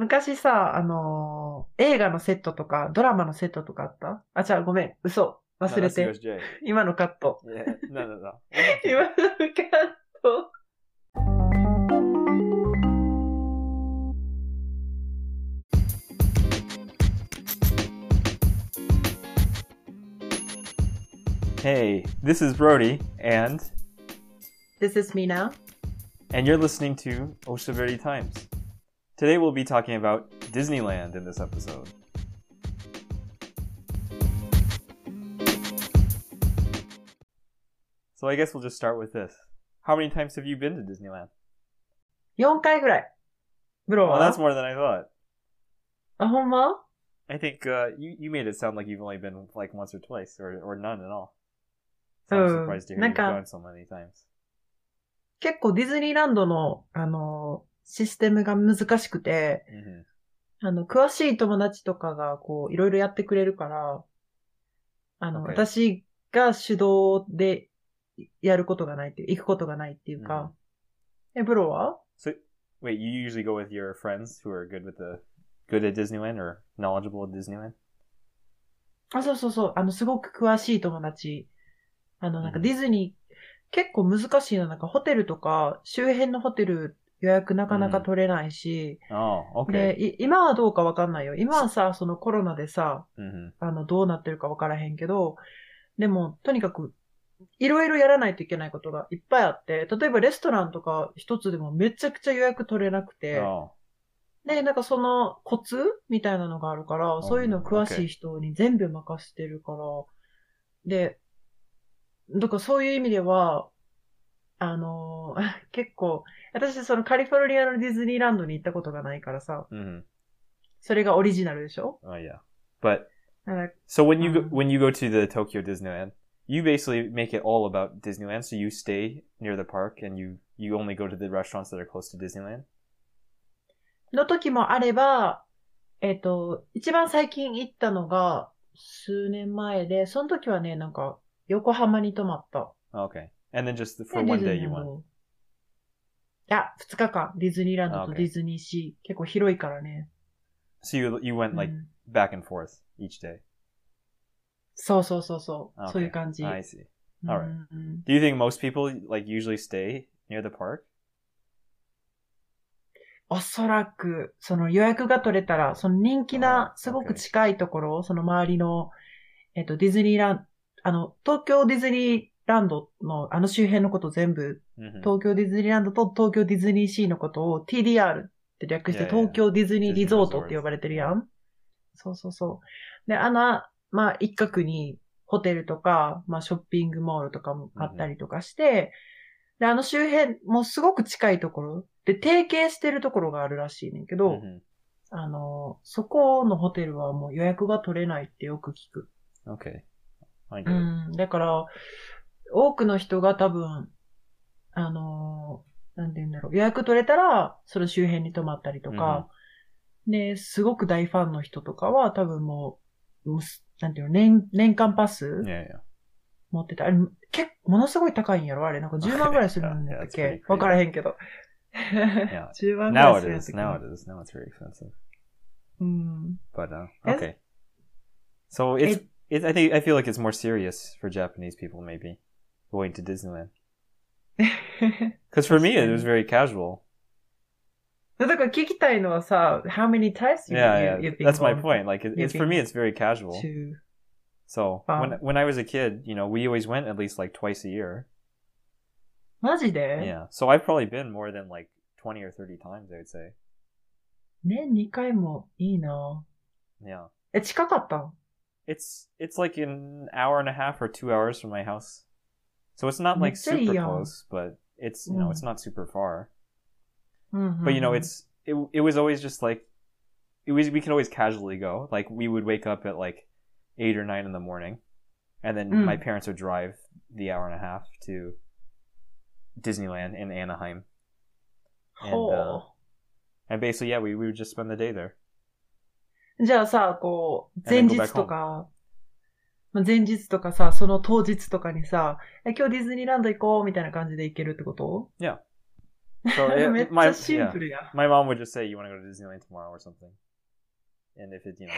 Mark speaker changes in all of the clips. Speaker 1: 昔さ、あのー映画のセットとか、ドラマのセットとかあったあ、じゃあごめん、嘘。忘れ
Speaker 2: No,
Speaker 1: て。
Speaker 2: that's USJ.
Speaker 1: 今のカット。
Speaker 2: Yeah, no, no, no.
Speaker 1: 今のカット。
Speaker 2: Hey, this is Brody, and
Speaker 1: This is me now.
Speaker 2: and you're listening to Oshibari Times. Today we'll be talking about Disneyland in this episode. そう、I guess we'll just start with this. How many times have you been to Disneyland?
Speaker 1: 4回ぐらい。ブロ
Speaker 2: Oh,
Speaker 1: は
Speaker 2: that's more than I thought.
Speaker 1: あ、ほんま
Speaker 2: I think uh, you you made it sound like you've only been like once or twice, or or none at all. So
Speaker 1: Oh,
Speaker 2: I'm surprised to hear you've
Speaker 1: なんか-
Speaker 2: gone so many times.
Speaker 1: 結構ディズニーランドの、あのーシステムが難しくて、
Speaker 2: Mhm.
Speaker 1: あの、詳しい友達とかが、こう、いろいろやってくれるから、あの、
Speaker 2: Okay.
Speaker 1: 私が主導でやることがないっていう、行くことがないっていうか。え、ブロは
Speaker 2: So wait, you usually go with your friends who are good with the good at Disneyland or knowledgeable at Disneyland?
Speaker 1: あ、そうそうそう。あの、すごく詳しい友達。あの、なんか
Speaker 2: うん
Speaker 1: ディズニー、結構難しいの。なんかホテルとか、周辺のホテル予約なかなか取れないし、
Speaker 2: Oh, okay.
Speaker 1: で、い今はどうかわかんないよ。今はさ、そのコロナでさ、
Speaker 2: hmm
Speaker 1: あの、どうなってるかわからへんけど、でも、とにかく、いろいろやらないといけないことがいっぱいあって、例えばレストランとか一つでもめちゃくちゃ予約取れなくて、
Speaker 2: Oh,
Speaker 1: で、なんかそのコツみたいなのがあるから、そういうの詳しい人に全部任せてるから、で、だからそういう意味では、あの ー結構、私そのカリフォルニアのディズニーランドに行ったことがないからさ、
Speaker 2: hmm
Speaker 1: それがオリジナルでしょ
Speaker 2: oh yeah. But
Speaker 1: だから
Speaker 2: so when you go,
Speaker 1: Um.
Speaker 2: when you go to the Tokyo Disneyland, you basically make it all about Disneyland. So you stay near the park and you you only go to the restaurants that are close to Disneyland.
Speaker 1: の時もあれば、えっ、と、一番最近行ったのが数年前で、その時はね、なんか横浜に泊まった。
Speaker 2: Okay, and then just for
Speaker 1: でディ
Speaker 2: one
Speaker 1: ズ
Speaker 2: day
Speaker 1: ニー
Speaker 2: you
Speaker 1: ラン
Speaker 2: went.
Speaker 1: ドいや、二日間、ディズニーランドと
Speaker 2: Okay.
Speaker 1: ディズニーシー、結構広いからね。
Speaker 2: So you you went like
Speaker 1: うん
Speaker 2: back and forth each day.
Speaker 1: そうそうそうそう、
Speaker 2: Okay.
Speaker 1: そういう感じ。
Speaker 2: I see.
Speaker 1: うん
Speaker 2: alright.
Speaker 1: うん
Speaker 2: Do you think most people like usually stay near the park?
Speaker 1: おそらく、その予約が取れたら、その人気な、
Speaker 2: あー
Speaker 1: すご
Speaker 2: okay.
Speaker 1: く近いところ、その周りの、えっと、ディズニーラン、あの、東京ディズニーランドの、あの周辺のこと全部、
Speaker 2: hmm
Speaker 1: 東京ディズニーランドと東京ディズニーシーのことを TDR って略して
Speaker 2: いやいや
Speaker 1: 東京ディズニーリゾートって呼ばれてるやん。そうそうそう。で、あの、まあ、一角にホテルとか、まあ、ショッピングモールとかもあったりとかして、で、あの周辺もすごく近いところで、提携してるところがあるらしいねんけど、
Speaker 2: Mhm.
Speaker 1: あの、そこのホテルはもう予約が取れないってよく聞く。
Speaker 2: Okay. I get
Speaker 1: う
Speaker 2: it.
Speaker 1: ん、だから、多くの人が多分、あのーなんて言うんだろう、予約取れたら、その周辺に泊まったりとか、ね、すごく大ファンの人とかは多分もう、もうすなんていうの、年、年間パス
Speaker 2: Yeah, yeah.
Speaker 1: 持ってた。あれ、結構、ものすごい高いんやろあれ、なんか10万ぐらいするんだっ
Speaker 2: いやいや
Speaker 1: け
Speaker 2: that's pretty crazy
Speaker 1: わからへんけど。
Speaker 2: Yeah.
Speaker 1: 10万ぐ
Speaker 2: Now
Speaker 1: らい
Speaker 2: it
Speaker 1: するや
Speaker 2: is.
Speaker 1: つ。
Speaker 2: Now it is. Now it's very expensive.
Speaker 1: うん。
Speaker 2: But uh,
Speaker 1: Yes.
Speaker 2: okay. So it's it, I think I feel like it's more serious for Japanese people maybe going to Disneyland. Because for me it was very casual.
Speaker 1: だから聞きたいのはさ、how many times you,
Speaker 2: Yeah,
Speaker 1: you-
Speaker 2: yeah.
Speaker 1: you've been
Speaker 2: That's my
Speaker 1: gone
Speaker 2: point. Like it, it's for me it's very casual.
Speaker 1: to-
Speaker 2: So
Speaker 1: Wow.
Speaker 2: when when I was a kid, you know, we always went at least like twice a year.
Speaker 1: マジで
Speaker 2: Yeah. So I've probably been more than like twenty or thirty times. I would say.
Speaker 1: 年2回もいいな
Speaker 2: Yeah.
Speaker 1: え、近かったん
Speaker 2: It's it's like an hour and a half or two hours from my house. So it's not like
Speaker 1: That's pretty
Speaker 2: super
Speaker 1: young.
Speaker 2: close, but it's you know
Speaker 1: Mm.
Speaker 2: it's not super far.
Speaker 1: うん。
Speaker 2: But you know it's it, it was always just like it was we could always casually go. Like we would wake up at like eight or nine in the morning, and then
Speaker 1: Mm.
Speaker 2: my parents would drive the hour and a half to Disneyland in Anaheim,
Speaker 1: ほ
Speaker 2: and, uh, and basically yeah we, we would just spend the day there.
Speaker 1: う。じゃあさ、こう、
Speaker 2: And
Speaker 1: 前
Speaker 2: then go
Speaker 1: 日
Speaker 2: back
Speaker 1: とか、まあ前日とかさ、その当日とかにさ、え、今日ディズニーランド行こうみたいな感じで行けるってこと
Speaker 2: Yeah. So it-
Speaker 1: めっち
Speaker 2: my
Speaker 1: ゃシン
Speaker 2: yeah.
Speaker 1: プルや。
Speaker 2: my mom would just say, "You want to go to Disneyland tomorrow or something," and if it you know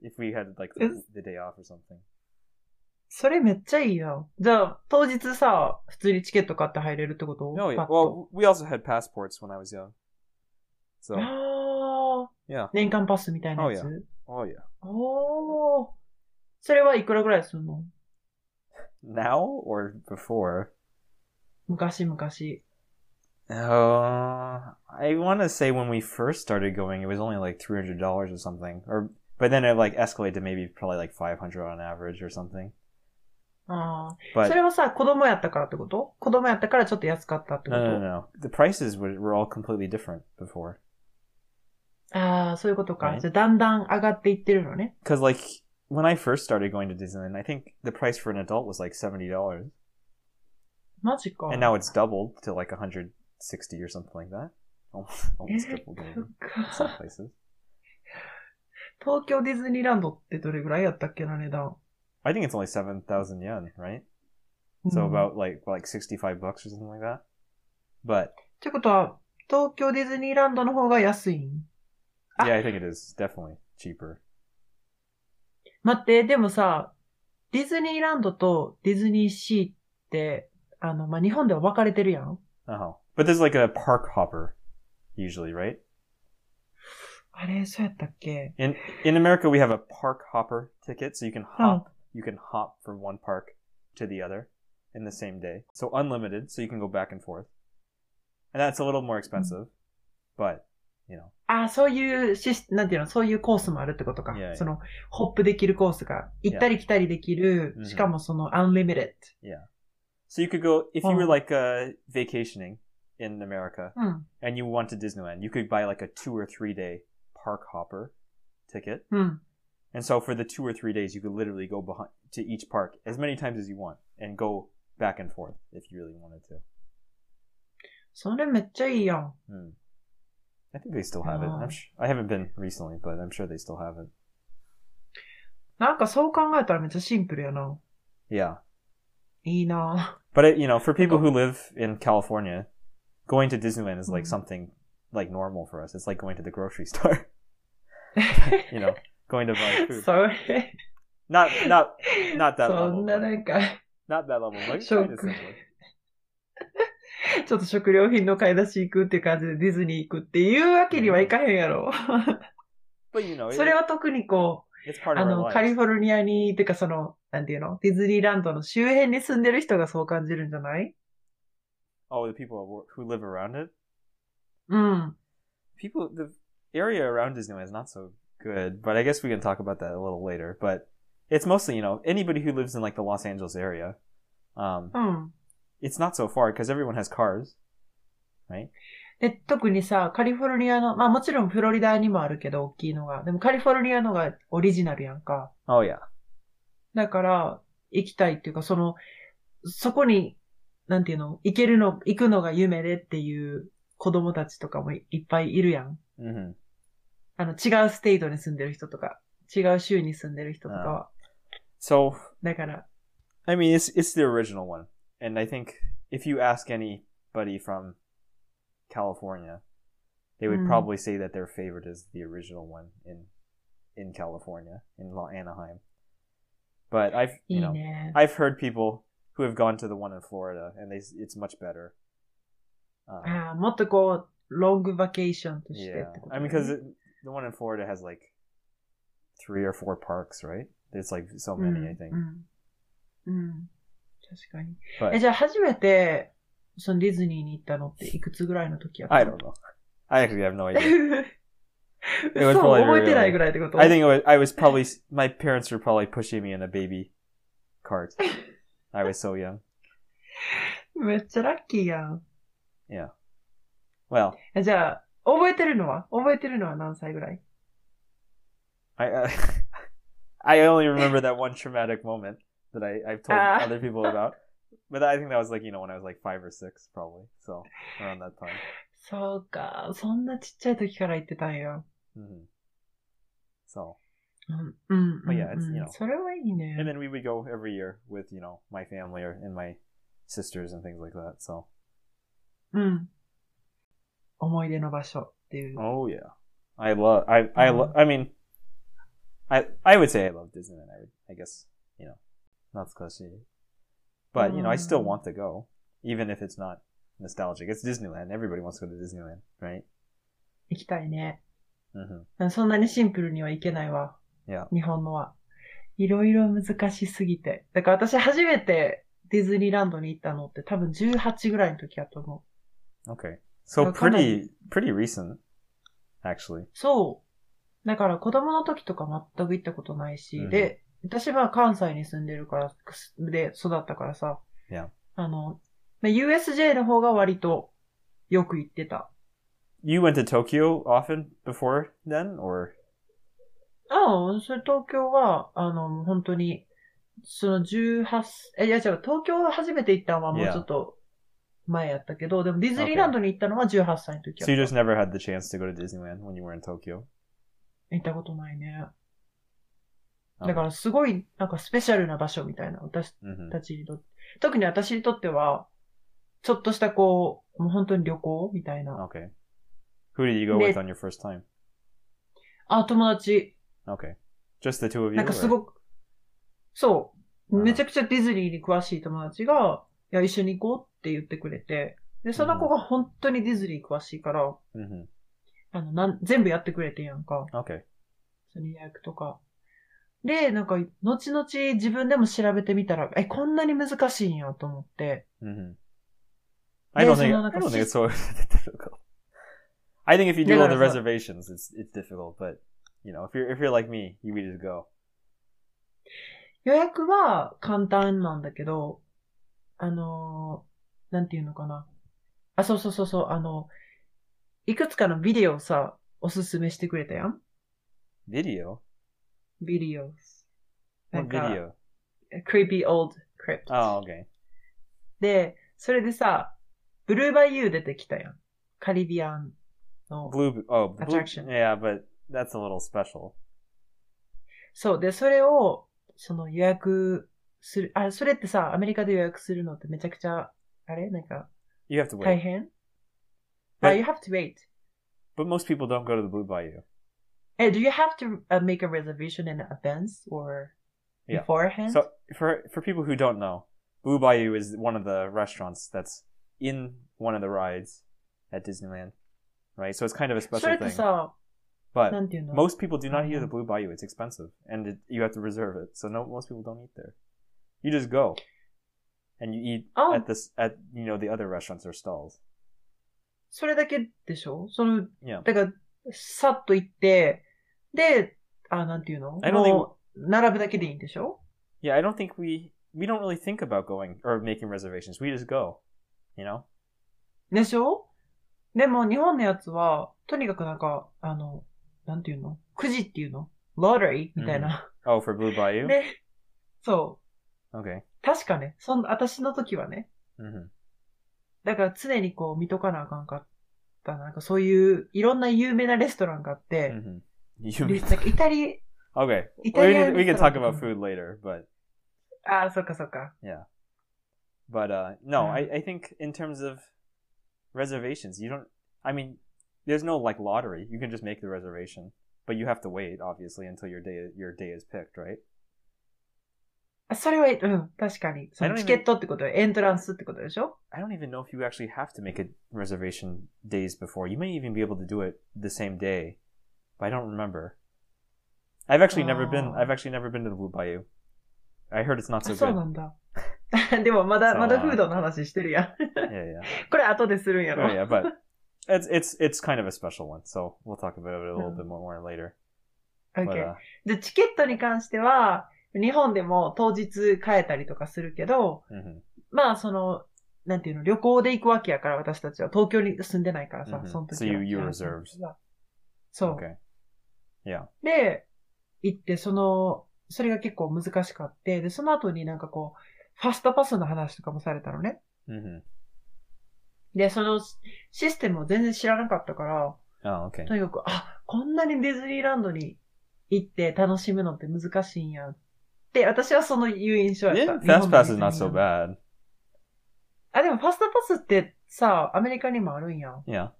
Speaker 2: if we had like the,
Speaker 1: It's-
Speaker 2: the day off or something.
Speaker 1: それめっちゃいいやん。じゃあ、当日さ、普通にチケット買って入れるってこと
Speaker 2: No, Oh, yeah.
Speaker 1: パッと
Speaker 2: Well, we also had passports when I was young. So
Speaker 1: ああ
Speaker 2: yeah.
Speaker 1: 年間パスみたいなやつ。
Speaker 2: Oh, oh yeah.
Speaker 1: おお。それはいくらぐらいするの
Speaker 2: Now or before?
Speaker 1: 昔々。
Speaker 2: Uh, I want to say when we first started going, it was only like three hundred dollars or something, or but then it like escalated to maybe probably like five hundred on average or something.
Speaker 1: ああ。
Speaker 2: But
Speaker 1: それはさ、子供やったからってこと子供やったからちょっと安かったってこ
Speaker 2: no,
Speaker 1: と
Speaker 2: no, no, no. The prices were, were all completely different before.
Speaker 1: ああ、そういうことか。
Speaker 2: Right.
Speaker 1: じゃあ、だんだん上がっていってるのね。
Speaker 2: Because like when I first started going to Disneyland, I think the price for an adult was like seventy dollars,
Speaker 1: マジか。
Speaker 2: and now it's doubled to like hundred sixty or something like that. Almost, almost doubled maybe
Speaker 1: そっ
Speaker 2: in some
Speaker 1: か
Speaker 2: places.
Speaker 1: 東京ディズニーランドってどれぐらいやったっけな、値段。
Speaker 2: I think it's only seven thousand yen, right? So
Speaker 1: うん
Speaker 2: about like like sixty five bucks or something like that. But
Speaker 1: ってことは、東京ディズニーランドの方が安いん Ah.
Speaker 2: yeah, I think it is definitely cheaper.
Speaker 1: 待って、でもさ、ディズニーランドとディズニーシーって、あの、まあ、日本では分かれてるやん
Speaker 2: Uh huh. But there's like a park hopper, usually, right?
Speaker 1: あれ、そうやったっけ
Speaker 2: In in America, we have a park hopper ticket, so you can hop you can hop from one park to the other in the same day. So unlimited, so you can go back and forth, and that's a little more expensive, but you know,
Speaker 1: ああ、そういうシス、なんていうの、そういうコースもあるってことか。
Speaker 2: いやいや
Speaker 1: その、ホップできるコースが、行ったり来たりできる
Speaker 2: う、ん
Speaker 1: しかもその、アンリミテッ
Speaker 2: so you could go if you were
Speaker 1: Oh.
Speaker 2: like uh, vacationing in America
Speaker 1: ド。うん。
Speaker 2: and you went to Disneyland, you could buy like a two or three day park hopper ticket.
Speaker 1: うん。
Speaker 2: And so for the two or three days, you could literally go behind to each park as many times as you want and go back and forth if you really wanted to.
Speaker 1: それめっちゃいいやん。
Speaker 2: Hmm. I think they still have it. I'm
Speaker 1: Oh.
Speaker 2: sh- I haven't been recently, but I'm sure they still have it.
Speaker 1: なんかそう考えたらめっちゃシンプルやな。
Speaker 2: Yeah.
Speaker 1: いいな
Speaker 2: But it, you know, for people who live in California, going to Disneyland is like
Speaker 1: Mhm.
Speaker 2: something like normal for us. It's like going to the grocery store, you know, going to buy food.
Speaker 1: それ、
Speaker 2: Not, not, not that
Speaker 1: そ
Speaker 2: level.
Speaker 1: んな
Speaker 2: but-
Speaker 1: なんか、
Speaker 2: Not that level. But
Speaker 1: Sure.
Speaker 2: kind of similar.
Speaker 1: ちょっと食料品の買い出し行くっていう感じでディズニー行くっていうわけにはいかへんやろ。
Speaker 2: But you know, it,
Speaker 1: それは特にこ
Speaker 2: it's
Speaker 1: う、
Speaker 2: part
Speaker 1: あ
Speaker 2: of our
Speaker 1: の、
Speaker 2: lives.
Speaker 1: カリフォルニアに、てかその、なんていうのディズニーランドの周辺に住んでる人がそう感じるんじゃない
Speaker 2: oh, the people who live around it.
Speaker 1: うん。
Speaker 2: people the area around Disneyland is not so good, but I guess we can talk about that a little later. But it's mostly you know anybody who lives in like the Los Angeles area. Um,
Speaker 1: うん。
Speaker 2: it's not so far because everyone has cars.
Speaker 1: で、特にさ、カリフォルニアの、まあもちろんフロリダにもあるけど、大きいのが。でもカリフォルニアのがオリジナルやんか。
Speaker 2: Oh yeah,
Speaker 1: だから、行きたいっていうか、その、そこに、なんていうの、行けるの、行くのが夢でっていう子供たちとかもいいっぱいいるやん。
Speaker 2: hmm
Speaker 1: あの、違うステイトに住んでる人とか、違う州に住んでる人とかは。
Speaker 2: so
Speaker 1: だから、
Speaker 2: I mean it's it's the original one, and I think if you ask anybody from California, they would
Speaker 1: Mm.
Speaker 2: probably say that their favorite is the original one in in California in La- Anaheim. But I've
Speaker 1: い
Speaker 2: you
Speaker 1: い
Speaker 2: know
Speaker 1: ね。
Speaker 2: I've heard people who have gone to the one in Florida, and they s- it's much better. Um,
Speaker 1: ああもっとこう、ロングバケーションとしてっ
Speaker 2: yeah,
Speaker 1: てこと、ね
Speaker 2: I mean, because the one in Florida has like three or four parks, right? There's like so
Speaker 1: うん
Speaker 2: many, I think.
Speaker 1: うん。うん。確かに。
Speaker 2: But
Speaker 1: え、じゃあ初めて、そのディズニーに行ったのっていくつぐらいの時やった
Speaker 2: I don't know. I actually have no idea.
Speaker 1: 嘘
Speaker 2: probably
Speaker 1: 覚えてないぐらいってこと
Speaker 2: I think it was, I was probably s- my parents were probably pushing me in a baby cart. I was so young.
Speaker 1: めっちゃラッキーやん。
Speaker 2: Well,
Speaker 1: えじゃあ、覚えてるのは覚えてるのは何歳ぐらい
Speaker 2: I uh, I only remember that one traumatic moment that I I've told
Speaker 1: Ah.
Speaker 2: other people about, but I think that was like you know when I was like five or six probably, so around that time.
Speaker 1: そうか、そんなちっちゃい時から言ってたんや。
Speaker 2: hmm So
Speaker 1: うん、うん、
Speaker 2: まあいや
Speaker 1: うん
Speaker 2: it's- you know
Speaker 1: それはいい
Speaker 2: and
Speaker 1: ね。
Speaker 2: then we would go every year with you know my family or and my sisters and things like that. So
Speaker 1: うん。思い出の場所っていう。
Speaker 2: Oh yeah, I love. I I lo-
Speaker 1: Mhm.
Speaker 2: I mean, I I would say I love Disneyland. I would, I guess you know, not cliche, but you know, I still
Speaker 1: Mm.
Speaker 2: want to go, even if it's not nostalgic. It's Disneyland. Everybody wants to go to Disneyland, right?
Speaker 1: 行きたいね。
Speaker 2: hmm
Speaker 1: そんなにシンプルにはいけないわ。
Speaker 2: Yeah.
Speaker 1: 日本のは。いろいろ難しすぎて。だから私初めてディズニーランドに行ったのって多分18ぐらいの時やと思う。
Speaker 2: Okay. So
Speaker 1: Well, kind of-
Speaker 2: pretty pretty recent, actually.
Speaker 1: そう。だから子供の時とか全く行ったことないし、
Speaker 2: うん
Speaker 1: で、私は関西に住んでるから、くすで育ったからさ。
Speaker 2: Yeah.
Speaker 1: あの、まあ USJ の方が割とよく行ってた。
Speaker 2: You went to Tokyo often before then, or
Speaker 1: ああ、それ東京は、あの、もう本当に、その18、え、いや違う、東京初めて行ったのはもう
Speaker 2: Yeah.
Speaker 1: ちょっと前やったけど、でもディズニーランドに行ったのは18歳の時や
Speaker 2: so you
Speaker 1: った。
Speaker 2: just never had the chance to go to Disneyland when you were in Tokyo?
Speaker 1: 行ったことないね。
Speaker 2: Okay.
Speaker 1: だからすごい、なんかスペシャルな場所みたいな、私
Speaker 2: Mhm.
Speaker 1: たちにとって、特に私にとっては、ちょっとしたこう、もう本当に旅行みたいな。
Speaker 2: Okay. Who did you go
Speaker 1: Lit-
Speaker 2: with on your first time?
Speaker 1: あ、友達、
Speaker 2: Okay. Just the two of you?
Speaker 1: なんか
Speaker 2: or-
Speaker 1: すごく、そう、
Speaker 2: うん
Speaker 1: めちゃくちゃディズニーに詳しい友達が、いや、一緒に行こうって言ってくれて、で、その子が本当にディズニー詳しいから、
Speaker 2: Mhm.
Speaker 1: あの、なん、全部やってくれてんやんか。
Speaker 2: Okay.
Speaker 1: その予約とか。で、なんか、後々自分でも調べてみたら、え、こんなに難しいんやと思って。
Speaker 2: hmm I don't
Speaker 1: There's
Speaker 2: think,
Speaker 1: another
Speaker 2: I don't think
Speaker 1: consist-
Speaker 2: it's so difficult. I think if you do all the
Speaker 1: There's a-
Speaker 2: reservations, it's it's difficult. But you know, if you're if you're like me, you we just go.
Speaker 1: 予約は簡単なんだけど、あのーなんていうのかな。あ、そうそうそうそう、あの、いくつかのビデオをさ、おすすめしてくれたやん
Speaker 2: Video?
Speaker 1: videos.
Speaker 2: What
Speaker 1: なんか
Speaker 2: video?
Speaker 1: creepy old crypt.
Speaker 2: Oh, okay.
Speaker 1: で、それでさ、ブルーバイユー出てきたやん。カリビアンの。
Speaker 2: Blue. Oh, blue,
Speaker 1: Attraction.
Speaker 2: Yeah, but that's a little special.
Speaker 1: そう。で、それを、その予約する。あ、それってさ、アメリカで予約するのってめちゃくちゃ、あれなんか、
Speaker 2: You have to wait.
Speaker 1: 大変
Speaker 2: は
Speaker 1: あ、
Speaker 2: い
Speaker 1: you have to wait.
Speaker 2: But most people don't go to the Blue Bayou.
Speaker 1: え、do you have to、uh, make a reservation in advance or
Speaker 2: Yeah.
Speaker 1: beforehand?
Speaker 2: So for for people who don't know, Blue Bayou is one of the restaurants that's in one of the rides at Disneyland, right? So it's kind of a
Speaker 1: そ
Speaker 2: special
Speaker 1: れって
Speaker 2: thing.
Speaker 1: さ、
Speaker 2: But
Speaker 1: なんていうの
Speaker 2: most people do not eat at the
Speaker 1: Mhm.
Speaker 2: Blue Bayou. It's expensive, and it, you have to reserve it. So no, most people don't eat there. You just go, and you eat
Speaker 1: Oh.
Speaker 2: at this at you know the other restaurants or stalls.
Speaker 1: それだけでしょその、
Speaker 2: Yeah.
Speaker 1: だから、さっと行って、で、あ、なんていうの
Speaker 2: I don't think-
Speaker 1: もう、並ぶだけでいいんでしょ
Speaker 2: Yeah, I don't think we we don't really think about going or making reservations. We just go, you know.
Speaker 1: でしょでも、日本のやつは、とにかくなんか、あの、なんていうのくじっていうのロー y みたいな。
Speaker 2: Oh, for Blue Bayou.
Speaker 1: で、そ
Speaker 2: Okay.
Speaker 1: う。確かね、そん私の時はね。
Speaker 2: hmm
Speaker 1: だから常にこう見とかなあかんかった。なんかそういう、いろんな有名なレストランがあって、
Speaker 2: hmm You
Speaker 1: で
Speaker 2: mean-
Speaker 1: なんかイタリ
Speaker 2: okay? We
Speaker 1: Italian
Speaker 2: can, we can
Speaker 1: restaurant.
Speaker 2: talk about food later, but
Speaker 1: ア、あー、そっかそっか。
Speaker 2: But uh, no,
Speaker 1: Yeah.
Speaker 2: I, I think in terms of reservations, you don't. I mean, there's no like lottery. You can just make the reservation, but you have to wait obviously until your day your day is picked, right?
Speaker 1: あそれは、うん、確かに。そ
Speaker 2: I don't
Speaker 1: の
Speaker 2: even-
Speaker 1: チケットってことエントランスってことでしょ
Speaker 2: I don't even know if you actually have to make a reservation days before. You may even be able to do it the same day, but I don't remember. I've actually never been.
Speaker 1: Oh.
Speaker 2: I've actually never been to the Blue Bayou. I heard it's not
Speaker 1: あ
Speaker 2: so
Speaker 1: そう
Speaker 2: good.
Speaker 1: なんだ。 でもまだ、
Speaker 2: So,
Speaker 1: まだフードの話してるやん。
Speaker 2: Yeah, yeah.
Speaker 1: これ後でするんやろ。
Speaker 2: Oh yeah, but it's it's it's kind of a special one. So we'll talk about it a little
Speaker 1: Mm.
Speaker 2: bit more, more later. But,
Speaker 1: Okay.
Speaker 2: uh,
Speaker 1: で、チケットに関しては、日本でも当日変えたりとかするけど、
Speaker 2: mhm.
Speaker 1: まあその、なんていうの、旅行で行くわけやから、私たちは東京に住んでないからさ、
Speaker 2: Mhm.
Speaker 1: その時
Speaker 2: So you-
Speaker 1: は
Speaker 2: you reserved.
Speaker 1: そう。
Speaker 2: Okay.
Speaker 1: で、行って、その、それが結構難しかって、で、その後になんかこう、ファストパスの話とかもされたのね。
Speaker 2: hmm
Speaker 1: で、そのシステムを全然知らなかったから、
Speaker 2: Oh, okay.
Speaker 1: とにかく、あ、こんなにディズニーランドに行って楽しむのって難しいんや。って、私はその言う印象やった。
Speaker 2: Yeah, fast pass is
Speaker 1: 日本のディ
Speaker 2: not
Speaker 1: ズ
Speaker 2: so
Speaker 1: ニーラン
Speaker 2: bad.
Speaker 1: ドあ、でもファストパスってさ、アメリカにもあるんやん。
Speaker 2: Yeah.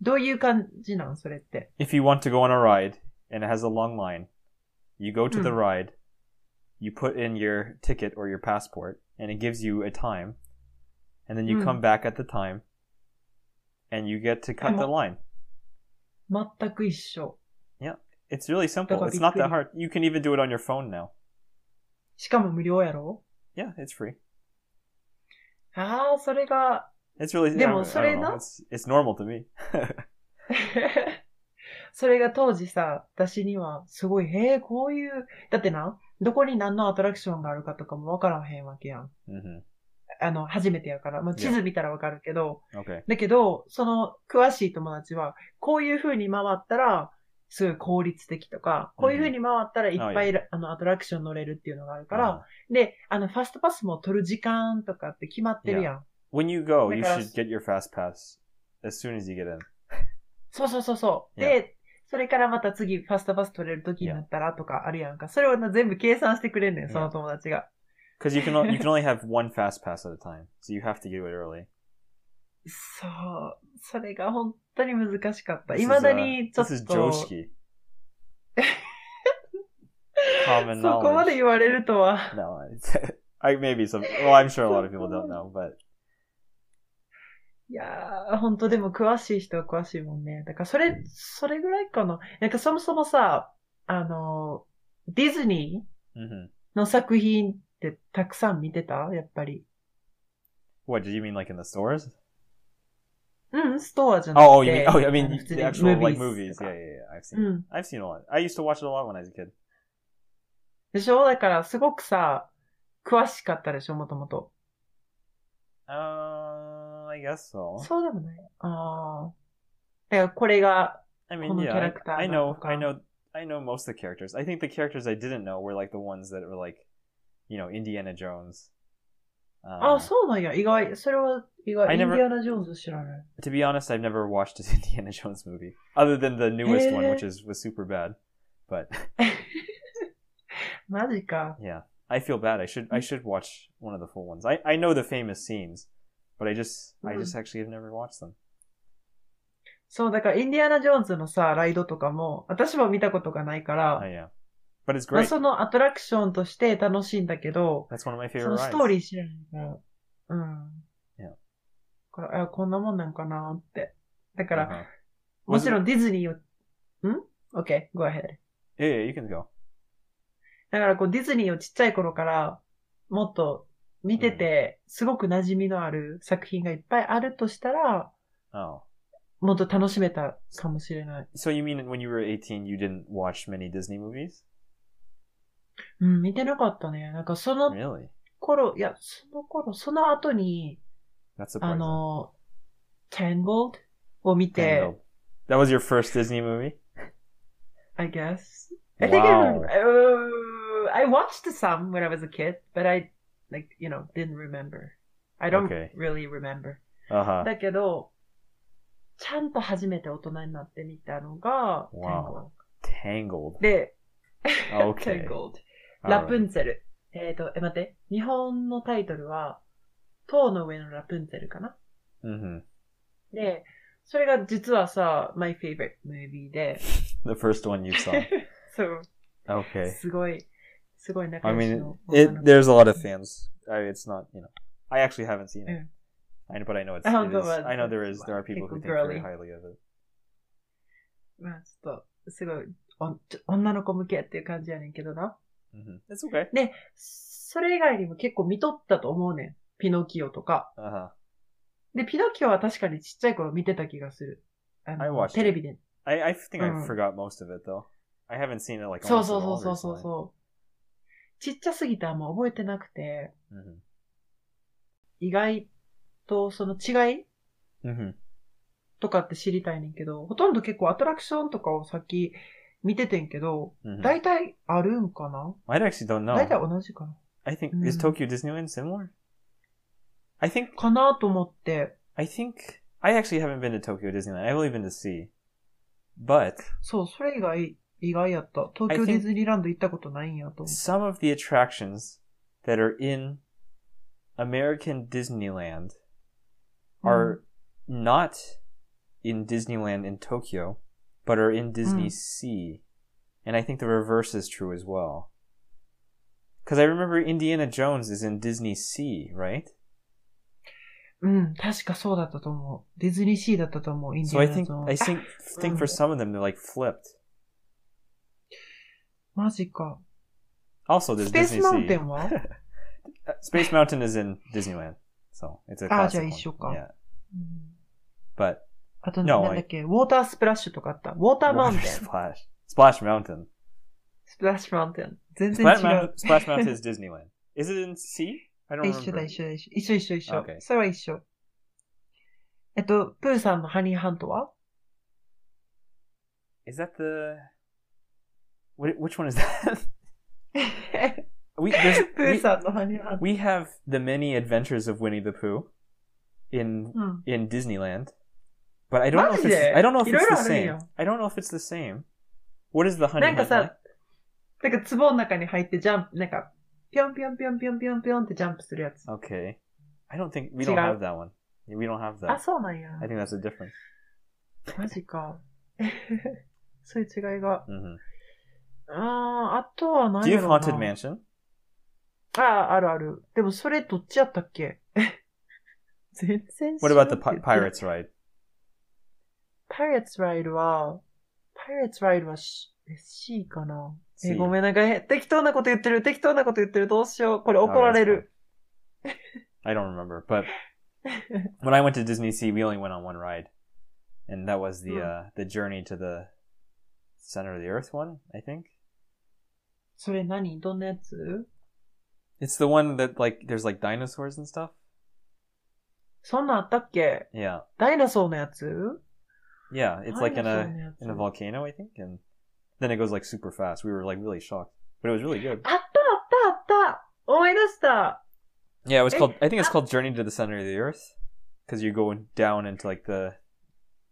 Speaker 1: どういう感じなのそれって。
Speaker 2: if you want to go on a ride and it has a long line, you go to the
Speaker 1: Hmm.
Speaker 2: ride, you put in your ticket or your passport, and it gives you a time, and then you
Speaker 1: Hmm.
Speaker 2: come back at the time, and you get to cut
Speaker 1: I'm-
Speaker 2: the line.
Speaker 1: 全く一緒。
Speaker 2: It's really simple.
Speaker 1: That'll
Speaker 2: It's
Speaker 1: be
Speaker 2: not
Speaker 1: pretty.
Speaker 2: that hard. You can even do it on your phone now.
Speaker 1: しかも無料やろ
Speaker 2: Yeah, it's free.
Speaker 1: ああ、それが、
Speaker 2: It's really. I don't- I don't
Speaker 1: でもそれな-
Speaker 2: know. It's, it's normal to me.
Speaker 1: それが当時さ、私にはすごい、へえ、こういう、だってな、どこに何のアトラクションがあるかとかもわからへんわけやん。
Speaker 2: hmm
Speaker 1: あの、初めてやから。まあ、地図見たらわかるけど、
Speaker 2: Okay.
Speaker 1: だけど、その、詳しい友達は、こういう風に回ったら、すごい効率的とか、こういう風に回ったらいっぱい、あの、アトラクション乗れるっていうのがあるから、
Speaker 2: Uh-huh.
Speaker 1: で、あの、ファストパスも取る時間とかって決まってるやん。
Speaker 2: When you go, you
Speaker 1: Because-
Speaker 2: should get your fast pass as soon as you get in.
Speaker 1: そうそうそうそう。で、それからまた次、ファストパス取れる時になったらとかあるやんか。それをな全部計算してくれんねん、
Speaker 2: Yeah.
Speaker 1: その友達が。
Speaker 2: Because you can o- you can only have one fast pass at a time, so you have to do it early.
Speaker 1: そう。それが本当に難しかった。
Speaker 2: This is,
Speaker 1: いまだ
Speaker 2: uh,
Speaker 1: にちょっ
Speaker 2: This is
Speaker 1: と、そ
Speaker 2: Joshki. Common
Speaker 1: こまで
Speaker 2: knowledge.
Speaker 1: 言われるとは。
Speaker 2: No, it's, I maybe some. Well, I'm sure a lot of people don't know, but
Speaker 1: いやー、本当でも詳しい人は詳しいもんね。だからそれ、それぐらいかな。なんかそもそもさ、あの、ディズニ
Speaker 2: hmm
Speaker 1: ーの作品ってたくさん見てたやっぱり。
Speaker 2: what do you mean, like in the stores?
Speaker 1: うん、ストアじゃなくて。
Speaker 2: Oh, oh, you mean? Oh, I
Speaker 1: あの
Speaker 2: mean
Speaker 1: 普通
Speaker 2: the
Speaker 1: に
Speaker 2: actual like
Speaker 1: ムービー
Speaker 2: movies.
Speaker 1: ズと
Speaker 2: Yeah,
Speaker 1: か
Speaker 2: yeah, yeah. I've seen.
Speaker 1: うん。
Speaker 2: I've seen a lot. I used to watch it a lot when I was a kid.
Speaker 1: でしょだから、すごくさ、詳しかったでしょもともと。
Speaker 2: Uh, I guess so.
Speaker 1: そうでもない。ああ。だから、これが、
Speaker 2: I mean,
Speaker 1: このキ
Speaker 2: yeah,
Speaker 1: ャラクター
Speaker 2: I, I know,
Speaker 1: だとか。
Speaker 2: I know, I know most of the characters. I think the characters I didn't know were like the ones that were like, you know, Indiana Jones. Uh,
Speaker 1: ああ、そうなんや。意外。それは意外。
Speaker 2: I
Speaker 1: イン
Speaker 2: never-
Speaker 1: ディアナ・ジョーンズ知らない。
Speaker 2: To be honest, I've never watched an Indiana Jones movie other than the newest one,
Speaker 1: Eh.
Speaker 2: which is was super bad. But
Speaker 1: マジか。
Speaker 2: yeah, I feel bad. I should I should watch one of the full ones. I I know the famous scenes, but I just I just actually have never watched them.
Speaker 1: そう、だから、インディアナ・ジョーンズのさ、ライドとかも、私も見たことがないから、
Speaker 2: Oh, yeah, but it's
Speaker 1: まあ、
Speaker 2: great.
Speaker 1: そのアトラクションとして楽しいんだけど、
Speaker 2: That's one of my
Speaker 1: そ
Speaker 2: favorite
Speaker 1: のストー
Speaker 2: rides.
Speaker 1: リー知らないから、うん。
Speaker 2: Yeah.
Speaker 1: これあこんなもんなんかなって。だから、
Speaker 2: Uh-huh.
Speaker 1: もちろんディズニーを、ん ?OK, go ahead.
Speaker 2: Yeah, yeah, you can go.
Speaker 1: だからこうディズニーをちっちゃい頃からもっと見てて、すごく馴染みのある作品がいっぱいあるとしたら、
Speaker 2: Oh,
Speaker 1: もっと楽しめたかもしれない。
Speaker 2: so you mean when you were eighteen, you didn't watch many Disney movies?
Speaker 1: うん、見てなかったね。なんかその
Speaker 2: Really?
Speaker 1: 頃、いや、その頃、その後に、
Speaker 2: That's
Speaker 1: あ
Speaker 2: surprising.
Speaker 1: の、Tangled を見
Speaker 2: Tangled.
Speaker 1: て、
Speaker 2: That was your first Disney movie?
Speaker 1: I guess. I think I,
Speaker 2: Wow.
Speaker 1: rem- uh, I watched some when I was a kid, but I, like, you know, didn't remember. I don't
Speaker 2: Okay.
Speaker 1: really remember.
Speaker 2: Uh huh.
Speaker 1: だけど、ちゃんと初めて大人になってみたのが、
Speaker 2: Wow. Tangled.
Speaker 1: Tangled で、
Speaker 2: Okay.
Speaker 1: Tangled。ラ
Speaker 2: Alright.
Speaker 1: プンツェル。えっ、と、え、待って。日本のタイトルは、塔の上のラプンツェルかな
Speaker 2: hmm
Speaker 1: で、それが実はさ、my favorite movie で、
Speaker 2: The first one you saw.
Speaker 1: そう、
Speaker 2: Okay.
Speaker 1: すごい、すごい仲
Speaker 2: I
Speaker 1: 良し
Speaker 2: mean,
Speaker 1: の女
Speaker 2: it,
Speaker 1: の子。
Speaker 2: there's a lot of fans. I, it's not, you know, I actually haven't seen it. I know, but I know it's.
Speaker 1: I don't
Speaker 2: it
Speaker 1: know
Speaker 2: is-
Speaker 1: about
Speaker 2: I know
Speaker 1: that.
Speaker 2: there is. There are people who
Speaker 1: People
Speaker 2: think very
Speaker 1: girly.
Speaker 2: highly of it.
Speaker 1: まあ、ちょっと、すごい、おちょ女の子向けっていう感じやねんけどな。
Speaker 2: hmm It's okay.
Speaker 1: それ以外にも結構見とったと思うねん。ピノキオとか。
Speaker 2: Uh huh.
Speaker 1: で、ピノキオは確かにちっちゃい頃見てた気がする。あ
Speaker 2: I
Speaker 1: の
Speaker 2: watched
Speaker 1: テレビで。
Speaker 2: I, I think I
Speaker 1: Mm.
Speaker 2: forgot most of it though. I haven't seen it like.
Speaker 1: そうそう
Speaker 2: Almost at
Speaker 1: そ
Speaker 2: all
Speaker 1: うそうそうそう。ちっちゃすぎてあんま覚えてなくて、意外とその違い
Speaker 2: hmm hmm
Speaker 1: とかって知りたいねんけど、ほとんど結構アトラクションとかをさっき見ててんけど、大体あるんかな
Speaker 2: I actually don't
Speaker 1: 大体
Speaker 2: know.
Speaker 1: 同じかな
Speaker 2: I think is
Speaker 1: Mm.
Speaker 2: Tokyo Disneyland similar? I think
Speaker 1: かなと思って、
Speaker 2: I think I actually haven't been to Tokyo Disneyland. I've only been to sea, but
Speaker 1: そう、それ以外、意外やった。東
Speaker 2: I
Speaker 1: 京
Speaker 2: think-
Speaker 1: ディズニーランド行ったことないんやと思って。
Speaker 2: some of the attractions that are in American Disneyland
Speaker 1: うん
Speaker 2: are not in Disneyland in Tokyo, but are in Disney
Speaker 1: Mm.
Speaker 2: Sea. And I think the reverse is true as well. Because I remember Indiana Jones is in Disney Sea, right?
Speaker 1: うん、確かそうだったと思う。ディズニーシーだったと思う、インディア
Speaker 2: So I
Speaker 1: ナ
Speaker 2: think
Speaker 1: ジョーン
Speaker 2: I think think for some of them they're like flipped.
Speaker 1: マジか。
Speaker 2: Also, there's
Speaker 1: スペース
Speaker 2: Disney
Speaker 1: マウ
Speaker 2: Sea.
Speaker 1: ンテン は
Speaker 2: Uh, Space Mountain is in Disneyland, so it's a
Speaker 1: Ah,
Speaker 2: classic
Speaker 1: yeah,
Speaker 2: one.
Speaker 1: Ishoka.
Speaker 2: Yeah,
Speaker 1: うん、
Speaker 2: but
Speaker 1: あと、
Speaker 2: No,
Speaker 1: なんだっけ、ウォータースプラッシュとかあった。ウォーター マウン
Speaker 2: Water
Speaker 1: テン。
Speaker 2: Splash, Splash Mountain,
Speaker 1: スプラッシュマウンテン。全然違
Speaker 2: Splash,
Speaker 1: う
Speaker 2: Mount-。Splash Mountain is Disneyland. Is it in sea? I don't
Speaker 1: 一緒
Speaker 2: remember.
Speaker 1: だ、一緒だ、一緒。一緒、一緒、一緒。
Speaker 2: Okay.
Speaker 1: それは一緒。えっと、プーさんのハニーハント は
Speaker 2: Is that the? What, which one is that?
Speaker 1: プ
Speaker 2: we, there's,
Speaker 1: ー
Speaker 2: we
Speaker 1: さんのハニーハント。
Speaker 2: we have the many adventures of Winnie the Pooh in
Speaker 1: うん。
Speaker 2: in Disneyland, but I don't know if
Speaker 1: Maji?
Speaker 2: it's, I don't know if it's the
Speaker 1: いろいろあるんや。
Speaker 2: same. I don't know if it's the same. What is the honey?
Speaker 1: なんか
Speaker 2: hunt like?
Speaker 1: さ、なんか壺の中に入ってジャンプ、なんか、ぴょんぴょんぴょんぴょんぴょんぴょんってジャンプするやつ。
Speaker 2: Okay. I don't think we don't
Speaker 1: Chigal.
Speaker 2: have that one. Yeah, We don't have
Speaker 1: あ、
Speaker 2: that.
Speaker 1: そうなんや。
Speaker 2: I think that's a difference.
Speaker 1: マジか。 そういう違いが。
Speaker 2: hmm
Speaker 1: あー、あとは何
Speaker 2: Do
Speaker 1: や
Speaker 2: you
Speaker 1: ろ
Speaker 2: have
Speaker 1: うな
Speaker 2: Haunted Mansion?
Speaker 1: ああ、あるある。でもそれどっちやったっけ 全然知
Speaker 2: What
Speaker 1: らん
Speaker 2: about the pi- Pirates ride?
Speaker 1: ?Pirates Ride は、Pirates Ride は C, C かなえ、
Speaker 2: C
Speaker 1: ごめんなんかへ適当なこと言ってる、適当なこと言ってる、どうしよう。これ
Speaker 2: Oh,
Speaker 1: 怒られ
Speaker 2: that's fine.
Speaker 1: る。
Speaker 2: I don't remember, but when I went to Disney Sea, we only went on one ride, and that was the
Speaker 1: Hmm.
Speaker 2: uh, the journey to the center of the Earth one. I think
Speaker 1: それ何どんなやつ
Speaker 2: it's the one that like there's like dinosaurs and stuff.
Speaker 1: そんなんあったっけ
Speaker 2: Yeah,
Speaker 1: ダイナソーのやつ
Speaker 2: yeah. It's like in
Speaker 1: ダイナソー
Speaker 2: a
Speaker 1: のやつ
Speaker 2: in a volcano, I think, and then it goes like super fast. We were like really shocked, but it was really good.
Speaker 1: あったあったあった思い出した
Speaker 2: Yeah, it was
Speaker 1: Eh,
Speaker 2: called. I think it's called Journey to the Center of the Earth, because you're going down into like the.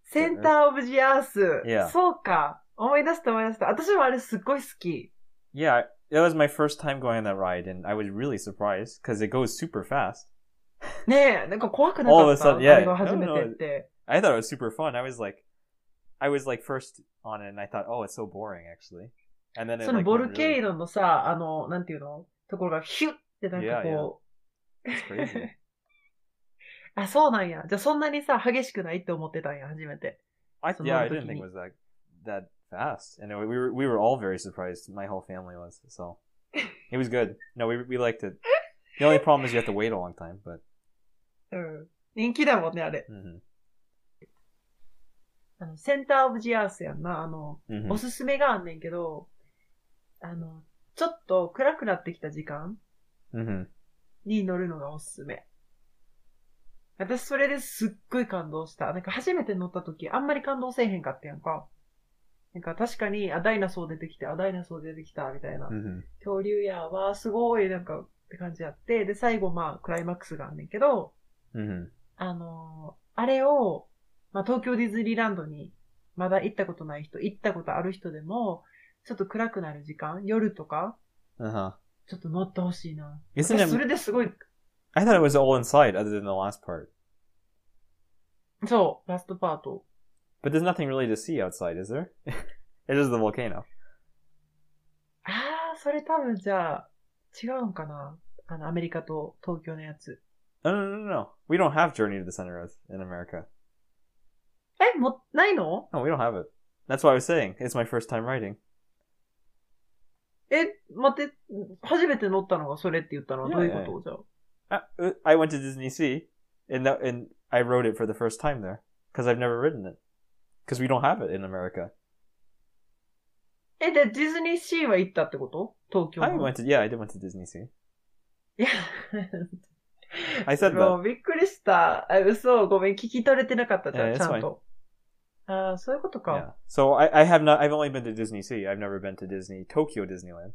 Speaker 1: センターオブジアース。
Speaker 2: Yeah.
Speaker 1: そうか。思い出した思い出した。私もあれすっごい好き。
Speaker 2: Yeah, that was my first time going on that ride, and I was really surprised because it goes super fast.
Speaker 1: ねえ、なんか怖くなかった。
Speaker 2: All of a sudden,
Speaker 1: あ
Speaker 2: yeah.
Speaker 1: れが初めてって。
Speaker 2: I thought it was super fun. I was like, I was like first on it, and I thought, oh, it's so boring actually. And then it,
Speaker 1: その
Speaker 2: like,
Speaker 1: ボ
Speaker 2: went
Speaker 1: ル
Speaker 2: really-
Speaker 1: ケーノのさ、あの、なんていうのところがヒュッってなんか
Speaker 2: Yeah, yeah.
Speaker 1: こ
Speaker 2: It's crazy.
Speaker 1: う。あ、そうなんや。じゃあそんなにさ、激しくないって思ってたんや、初めて。
Speaker 2: I
Speaker 1: So
Speaker 2: yeah, I
Speaker 1: Boruto
Speaker 2: didn't think
Speaker 1: Kini.
Speaker 2: it was that that fast, and it, we were we were all very surprised. My whole family was so. It was good. No, we we liked it. The only problem is you have to wait a long time, but.
Speaker 1: うん。人気だもんね、あれ。
Speaker 2: mhm,
Speaker 1: あの、センターオブジアースやんな。あの、
Speaker 2: mhm.
Speaker 1: おすすめがあんねんけど、あの、ちょっと暗くなってきた時間
Speaker 2: Mm-hmm.
Speaker 1: に乗るのがおすすめ。私それですっごい感動した。なんか初めて乗った時あんまり感動せえへんかったやんか。なんか確かに、あ、ダイナソー出てきて、あ、ダイナソー出てきた、みたいな。
Speaker 2: Mm-hmm.
Speaker 1: 恐竜やわ、すごい、なんか、って感じやって。で、最後まあ、クライマックスがあんねんけど、
Speaker 2: Mm-hmm.
Speaker 1: あのーあれを、まあ、東京ディズニーランドに、まだ行ったことない人、行ったことある人でも、ちょっと暗くなる時間、夜とか、
Speaker 2: Uh huh.
Speaker 1: ちょっと乗ってほしいな。
Speaker 2: Isn't
Speaker 1: 私そ
Speaker 2: it?
Speaker 1: れですごい
Speaker 2: I thought it was all inside, other than the last part.
Speaker 1: そう、ラストパート。
Speaker 2: But there's nothing really to see outside, is there? it is the volcano.
Speaker 1: ああ、それ多分じゃあ、違うんかなあの、アメリカと東京のやつ。
Speaker 2: No, no, no, no, no. We don't have Journey to the Center Earth in America.
Speaker 1: え、も、ないの
Speaker 2: No, we don't have it. That's why I was saying it's my first time writing.
Speaker 1: え、待って、初めて乗ったのがそれって言ったのはい
Speaker 2: や
Speaker 1: どういうことじゃあ。
Speaker 2: I, Uh, I went to Disney Sea, and that, and I wrote it for the first time there because I've never written it because we don't have it in America.
Speaker 1: え、で、ディズニーシーは行ったってこと東京
Speaker 2: I
Speaker 1: の。
Speaker 2: went to yeah, I did went to Disney Sea.
Speaker 1: いや、
Speaker 2: I said
Speaker 1: も
Speaker 2: that.
Speaker 1: うびっくりした。あ、嘘、ごめん、聞き取れてなかったじゃ
Speaker 2: い
Speaker 1: ん、
Speaker 2: や
Speaker 1: ちゃんと。ああ、そういうこと
Speaker 2: Yeah.
Speaker 1: か。
Speaker 2: So I, I have not. I've only been to Disney Sea. I've never been to Disney Tokyo Disneyland,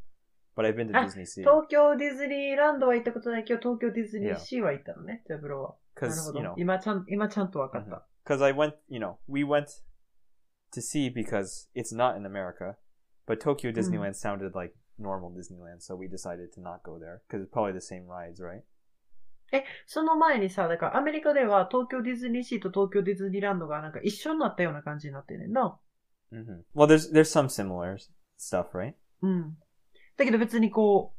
Speaker 2: but I've been to
Speaker 1: Ah,
Speaker 2: Disney Sea
Speaker 1: 東京ディズニーランドは行ったことないけど、東京ディズニーシーは行ったのね、ジャブロは。なる
Speaker 2: because
Speaker 1: ほ
Speaker 2: you know
Speaker 1: ど。今ちゃん、今ちゃんと分かった。
Speaker 2: because I went, you know, we went to see because it's not in America, but Tokyo Disneyland sounded like normal Disneyland, so we decided to not go there because it's probably the same rides, right?
Speaker 1: え、その前にさ、だからアメリカでは東京ディズニーシーと東京ディズニーランドがなんか一緒になったような感じになってんねんな。
Speaker 2: hmm Well, there's there's some similar stuff, right?
Speaker 1: うん。だけど別にこう、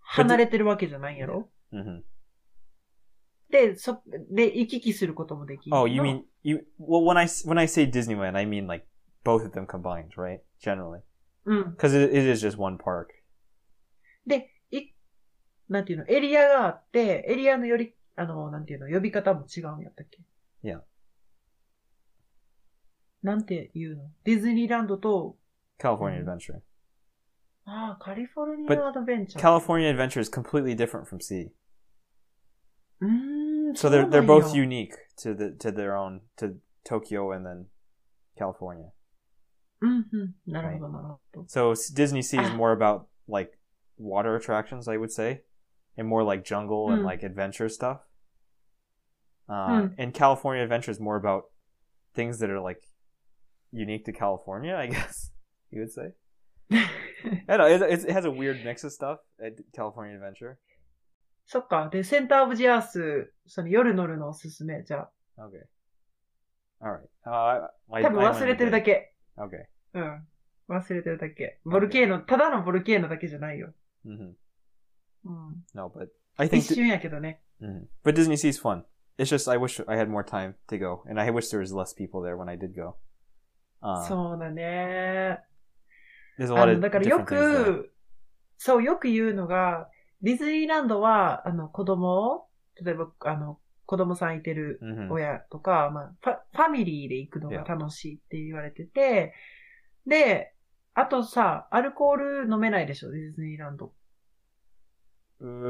Speaker 1: 離れてるわけじゃないんやろ
Speaker 2: hmm
Speaker 1: で、そ、で、行き来することもできる。
Speaker 2: Oh, you mean you? Well, when I s- when I say Disneyland, I mean like both of them combined, right? Generally,
Speaker 1: うん。
Speaker 2: because it, it is just one park.
Speaker 1: で、い、なんていうの、エリアがあって、エリアのより、あの、なんていうの、呼び方も違うんやったっけ
Speaker 2: いや。
Speaker 1: なんていうのディズニーランドと、
Speaker 2: California
Speaker 1: Mhm.
Speaker 2: Adventure.
Speaker 1: ああ、カリフォルニ
Speaker 2: But
Speaker 1: アアドベンチャー。
Speaker 2: California Adventure is completely different from Sea,
Speaker 1: うーん、
Speaker 2: so
Speaker 1: うな
Speaker 2: they're
Speaker 1: ん
Speaker 2: they're
Speaker 1: や
Speaker 2: both unique to the to their own to Tokyo and then California.
Speaker 1: うんうん。なるほど、なるほど。
Speaker 2: So s- Disney Sea is
Speaker 1: Ah.
Speaker 2: more about like water attractions, I would say, and more like jungle and
Speaker 1: Hmm.
Speaker 2: like adventure stuff. Uh,
Speaker 1: Hmm.
Speaker 2: And California Adventure is more about things that are like unique to California, I guess you would say. I don't know. It, it's- it has a weird mix of stuff at California Adventure.
Speaker 1: そっか。で、センターオブジアース、その夜乗るのおすすめ。じゃあ、
Speaker 2: Okay. All right. Uh, I,
Speaker 1: 多分
Speaker 2: I
Speaker 1: 忘れ
Speaker 2: learned
Speaker 1: てるだ
Speaker 2: a bit.
Speaker 1: け。
Speaker 2: Okay.
Speaker 1: うん。忘れてるだけ。ボルケーノ、ただのボルケーノだけじゃないよ。
Speaker 2: hmm
Speaker 1: うん。
Speaker 2: No, but I
Speaker 1: 一
Speaker 2: think. Di-
Speaker 1: 瞬やけどね。
Speaker 2: Mhm. But Disney Sea's fun. It's just I wish I had more time to go, and I wish there was less people there when I did go. Uh,
Speaker 1: そうだね。
Speaker 2: there's a
Speaker 1: あ
Speaker 2: lot
Speaker 1: の、
Speaker 2: of
Speaker 1: だから
Speaker 2: different
Speaker 1: よ
Speaker 2: things there.
Speaker 1: く、そう、よく言うのが、ディズニーランドは、あの、子供、例えば、あの、子供さんいてる
Speaker 2: Mhm.
Speaker 1: 親とか、まあファ、ファミリーで行くのが楽しいって言われてて、で、あとさ、アルコール飲めないでしょ、ディズニーランド。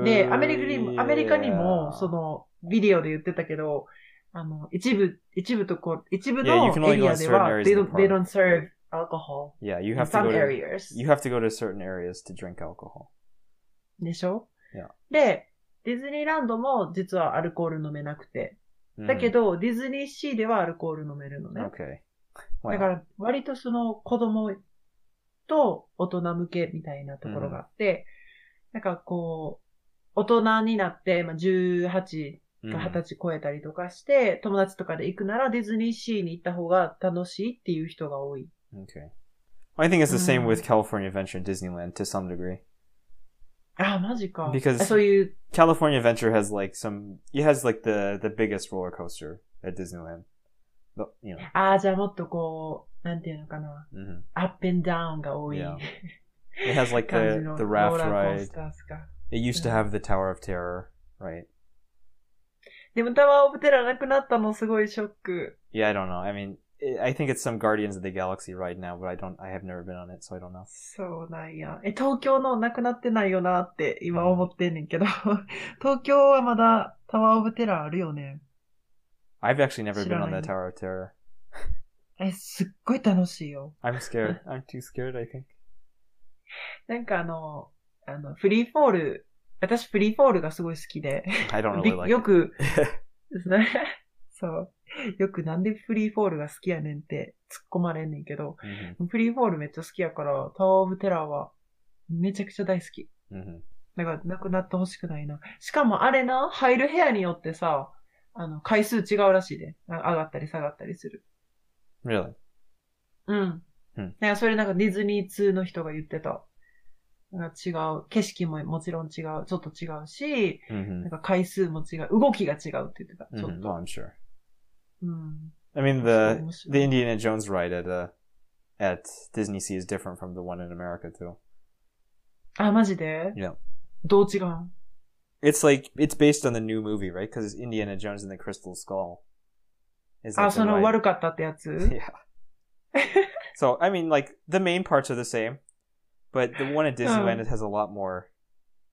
Speaker 1: で、アメリカにも、アメリカにも、その、ビデオで言ってたけど、あの、一部、一部とこう、一部
Speaker 2: Yeah,
Speaker 1: の
Speaker 2: you can only
Speaker 1: エリアでは、
Speaker 2: go in certain areas
Speaker 1: they
Speaker 2: in the
Speaker 1: don't, they don't serve alcohol
Speaker 2: yeah, you
Speaker 1: in
Speaker 2: have to
Speaker 1: some
Speaker 2: go to
Speaker 1: areas.
Speaker 2: you have to go to certain areas to drink alcohol.
Speaker 1: でしょ
Speaker 2: Yeah.
Speaker 1: で、ディズニーランドも実はアルコール飲めなくて。
Speaker 2: Mhm.
Speaker 1: だけど、ディズニーシーではアルコール飲めるのね。
Speaker 2: Okay.
Speaker 1: だ
Speaker 2: Wow.
Speaker 1: から、割とその子供と大人向けみたいなところがあって、なんかこう、大人になって、まあ、18か20
Speaker 2: Mhm.
Speaker 1: 歳超えたりとかして、友達とかで行くならディズニーシーに行った方が楽しいっていう人が多い。
Speaker 2: Okay. I think it's the same
Speaker 1: Mm.
Speaker 2: with California Adventure and Disneyland to some degree.
Speaker 1: ああ、マジか。
Speaker 2: Because-
Speaker 1: あそういう、
Speaker 2: California Adventure has like some. It has like the the biggest roller coaster at Disneyland. But, you know.
Speaker 1: ああ、じゃあもっとこう、なんていうのかな。
Speaker 2: hmm
Speaker 1: アップンダウンが多い。
Speaker 2: Yeah. It has like
Speaker 1: 感じ
Speaker 2: the
Speaker 1: の
Speaker 2: the
Speaker 1: ロ
Speaker 2: raft
Speaker 1: ーラーコー
Speaker 2: ride.
Speaker 1: スターズが
Speaker 2: It used to
Speaker 1: Mhm.
Speaker 2: have the Tower of Terror, right?
Speaker 1: でもタワーオブテラーなくなったのすごいショック。
Speaker 2: Yeah, I don't know. I mean, it, I think it's some Guardians of the Galaxy ride now, but I don't. I have never been on it, so I don't know.
Speaker 1: そうなんや。え、東京のなくなってないよなって今思ってんねんけど。 東京はまだタワーオブテラーあるよね。
Speaker 2: I've actually never been on the
Speaker 1: Shirarai.
Speaker 2: Tower of Terror.
Speaker 1: え、すっごい楽しいよ。
Speaker 2: I'm scared. I'm too scared. I think.
Speaker 1: なんかあの、あの、フリーフォール、私フリーフォールがすごい好きで。
Speaker 2: I don't
Speaker 1: び
Speaker 2: really like.
Speaker 1: よ
Speaker 2: It.
Speaker 1: く、そう。よくなんでフリーフォールが好きやねんって突っ込まれんねんけど。
Speaker 2: hmm
Speaker 1: フリーフォールめっちゃ好きやから、タワーオブテラーはめちゃくちゃ大好き。
Speaker 2: hmm
Speaker 1: だからなくなってほしくないな。しかもあれな、入る部屋によってさ、あの、回数違うらしいで。あ上がったり下がったりする。
Speaker 2: Really?
Speaker 1: うん。
Speaker 2: うん
Speaker 1: なんかそれなんかディズニー2の人が言ってた。なんか違う。景色ももちろん違う。ちょっと違うし、
Speaker 2: hmm
Speaker 1: なんか回数も違う。動きが違うって言ってた。ちょっ
Speaker 2: hmm
Speaker 1: と。
Speaker 2: Well, I'm sure.
Speaker 1: うん。
Speaker 2: I mean
Speaker 1: So
Speaker 2: the
Speaker 1: much-
Speaker 2: the Indiana Jones ride at uh at Disney Sea is different from the one in America too.
Speaker 1: あ、マジで
Speaker 2: Yeah.
Speaker 1: どう違うん、
Speaker 2: It's like it's based on the new movie, right? Because it's Indiana Jones and the Crystal Skull. Is
Speaker 1: あ、
Speaker 2: like, the
Speaker 1: その
Speaker 2: ride.
Speaker 1: 悪かったってやつ
Speaker 2: yeah. so I mean, like the main parts are the same, but the one at Disneyland
Speaker 1: Um.
Speaker 2: it has a lot more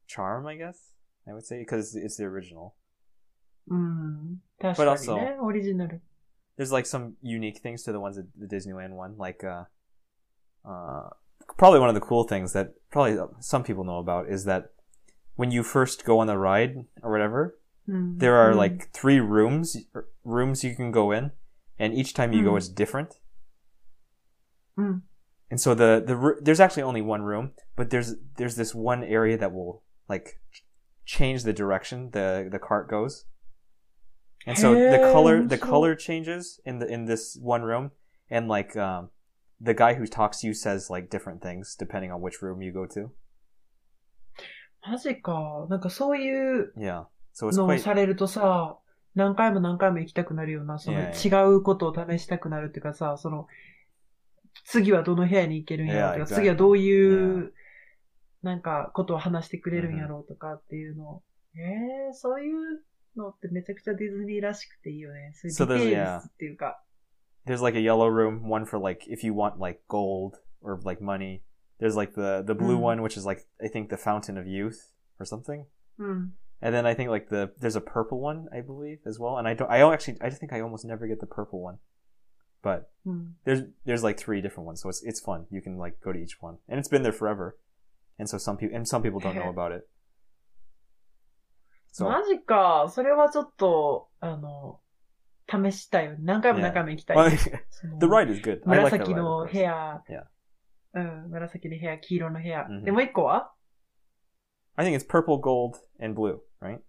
Speaker 2: charm, I guess. I would say because it's the original.
Speaker 1: うん。確かにね。オリジナル。
Speaker 2: There's like some unique things to the ones at the Disneyland one, like uh, uh, probably one of the cool things that probably some people know about is that when you first go on the ride or whatever,
Speaker 1: うん。
Speaker 2: there are
Speaker 1: うん
Speaker 2: like three rooms er, rooms you can go in and each time you go
Speaker 1: Mhm.
Speaker 2: it's different Mm.
Speaker 1: うん。
Speaker 2: and so the the ru- there's actually only one room but there's there's this one area that will like ch- change the direction the the cart goes. And so the color the
Speaker 1: Hey,
Speaker 2: color changes in the in this one room and like um the guy who talks to you says like different things depending on which room you go to.
Speaker 1: マジか。なんかそういう
Speaker 2: Yeah. So it's
Speaker 1: のを
Speaker 2: quite
Speaker 1: されるとさ、何回も何回も行きたくなるような、その
Speaker 2: ねえ
Speaker 1: 違うことを試したくなるっていうかさ、その、次はどの部屋に行けるんやろうとか、
Speaker 2: Yeah, exactly.
Speaker 1: 次はどういう、なんか、ことを話してくれるんやろうとかっていうのを。ええそういうのってめちゃくちゃディズニーらしくていいよね。そういう
Speaker 2: So
Speaker 1: デ
Speaker 2: there's-
Speaker 1: ィテー
Speaker 2: yeah.
Speaker 1: ルスっていうか。
Speaker 2: there's like a yellow room, one for like if you want like gold or like money. There's like the the blue
Speaker 1: Mm.
Speaker 2: one which is like I think the fountain of youth or something.
Speaker 1: うん。
Speaker 2: And then I think like the there's a purple one I believe as well. And I don't I don't actually I just think I almost never get the purple one. But
Speaker 1: うん。
Speaker 2: there's there's like three different ones, so it's it's fun. You can like go to each one, and it's been there forever, and so some people and some people don't know about it. So
Speaker 1: マジか。それはちょっと、あの、試したいよね。何回も何回も行きたい。
Speaker 2: well,
Speaker 1: その
Speaker 2: the ride is good. I like
Speaker 1: 紫
Speaker 2: the ride, of
Speaker 1: の
Speaker 2: course.
Speaker 1: 部屋
Speaker 2: Yeah.。
Speaker 1: うん、紫の部屋、黄色の部屋。
Speaker 2: Mhm.
Speaker 1: で、もう一個は
Speaker 2: I think it's purple, gold, and blue, right?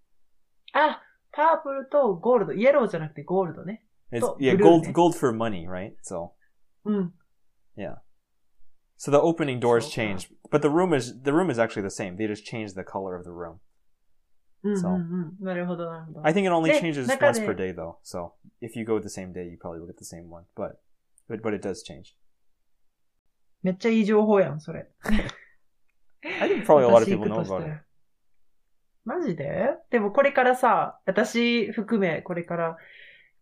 Speaker 1: あ、パープルとゴールド。イエローじゃなくてゴールドね。
Speaker 2: It's
Speaker 1: Oh,
Speaker 2: yeah,
Speaker 1: blue,
Speaker 2: gold
Speaker 1: yeah.
Speaker 2: gold for money, right? So
Speaker 1: うん。
Speaker 2: so the opening doors
Speaker 1: So-
Speaker 2: change, but the room is the room is actually the same. They just change the color of the room.
Speaker 1: うん、うん、
Speaker 2: そう
Speaker 1: うん。なるほど、なるほど。
Speaker 2: I think it only
Speaker 1: They-
Speaker 2: changes
Speaker 1: like
Speaker 2: once
Speaker 1: they-
Speaker 2: per day though. So if you go the same day, you probably will get the same one, but but but it does change.
Speaker 1: めっちゃいい情報やん、それ。
Speaker 2: I think probably a lot of
Speaker 1: 私
Speaker 2: people
Speaker 1: 行く
Speaker 2: know
Speaker 1: とした
Speaker 2: about
Speaker 1: ら
Speaker 2: it.
Speaker 1: マジででもこれからさ、私含め、これから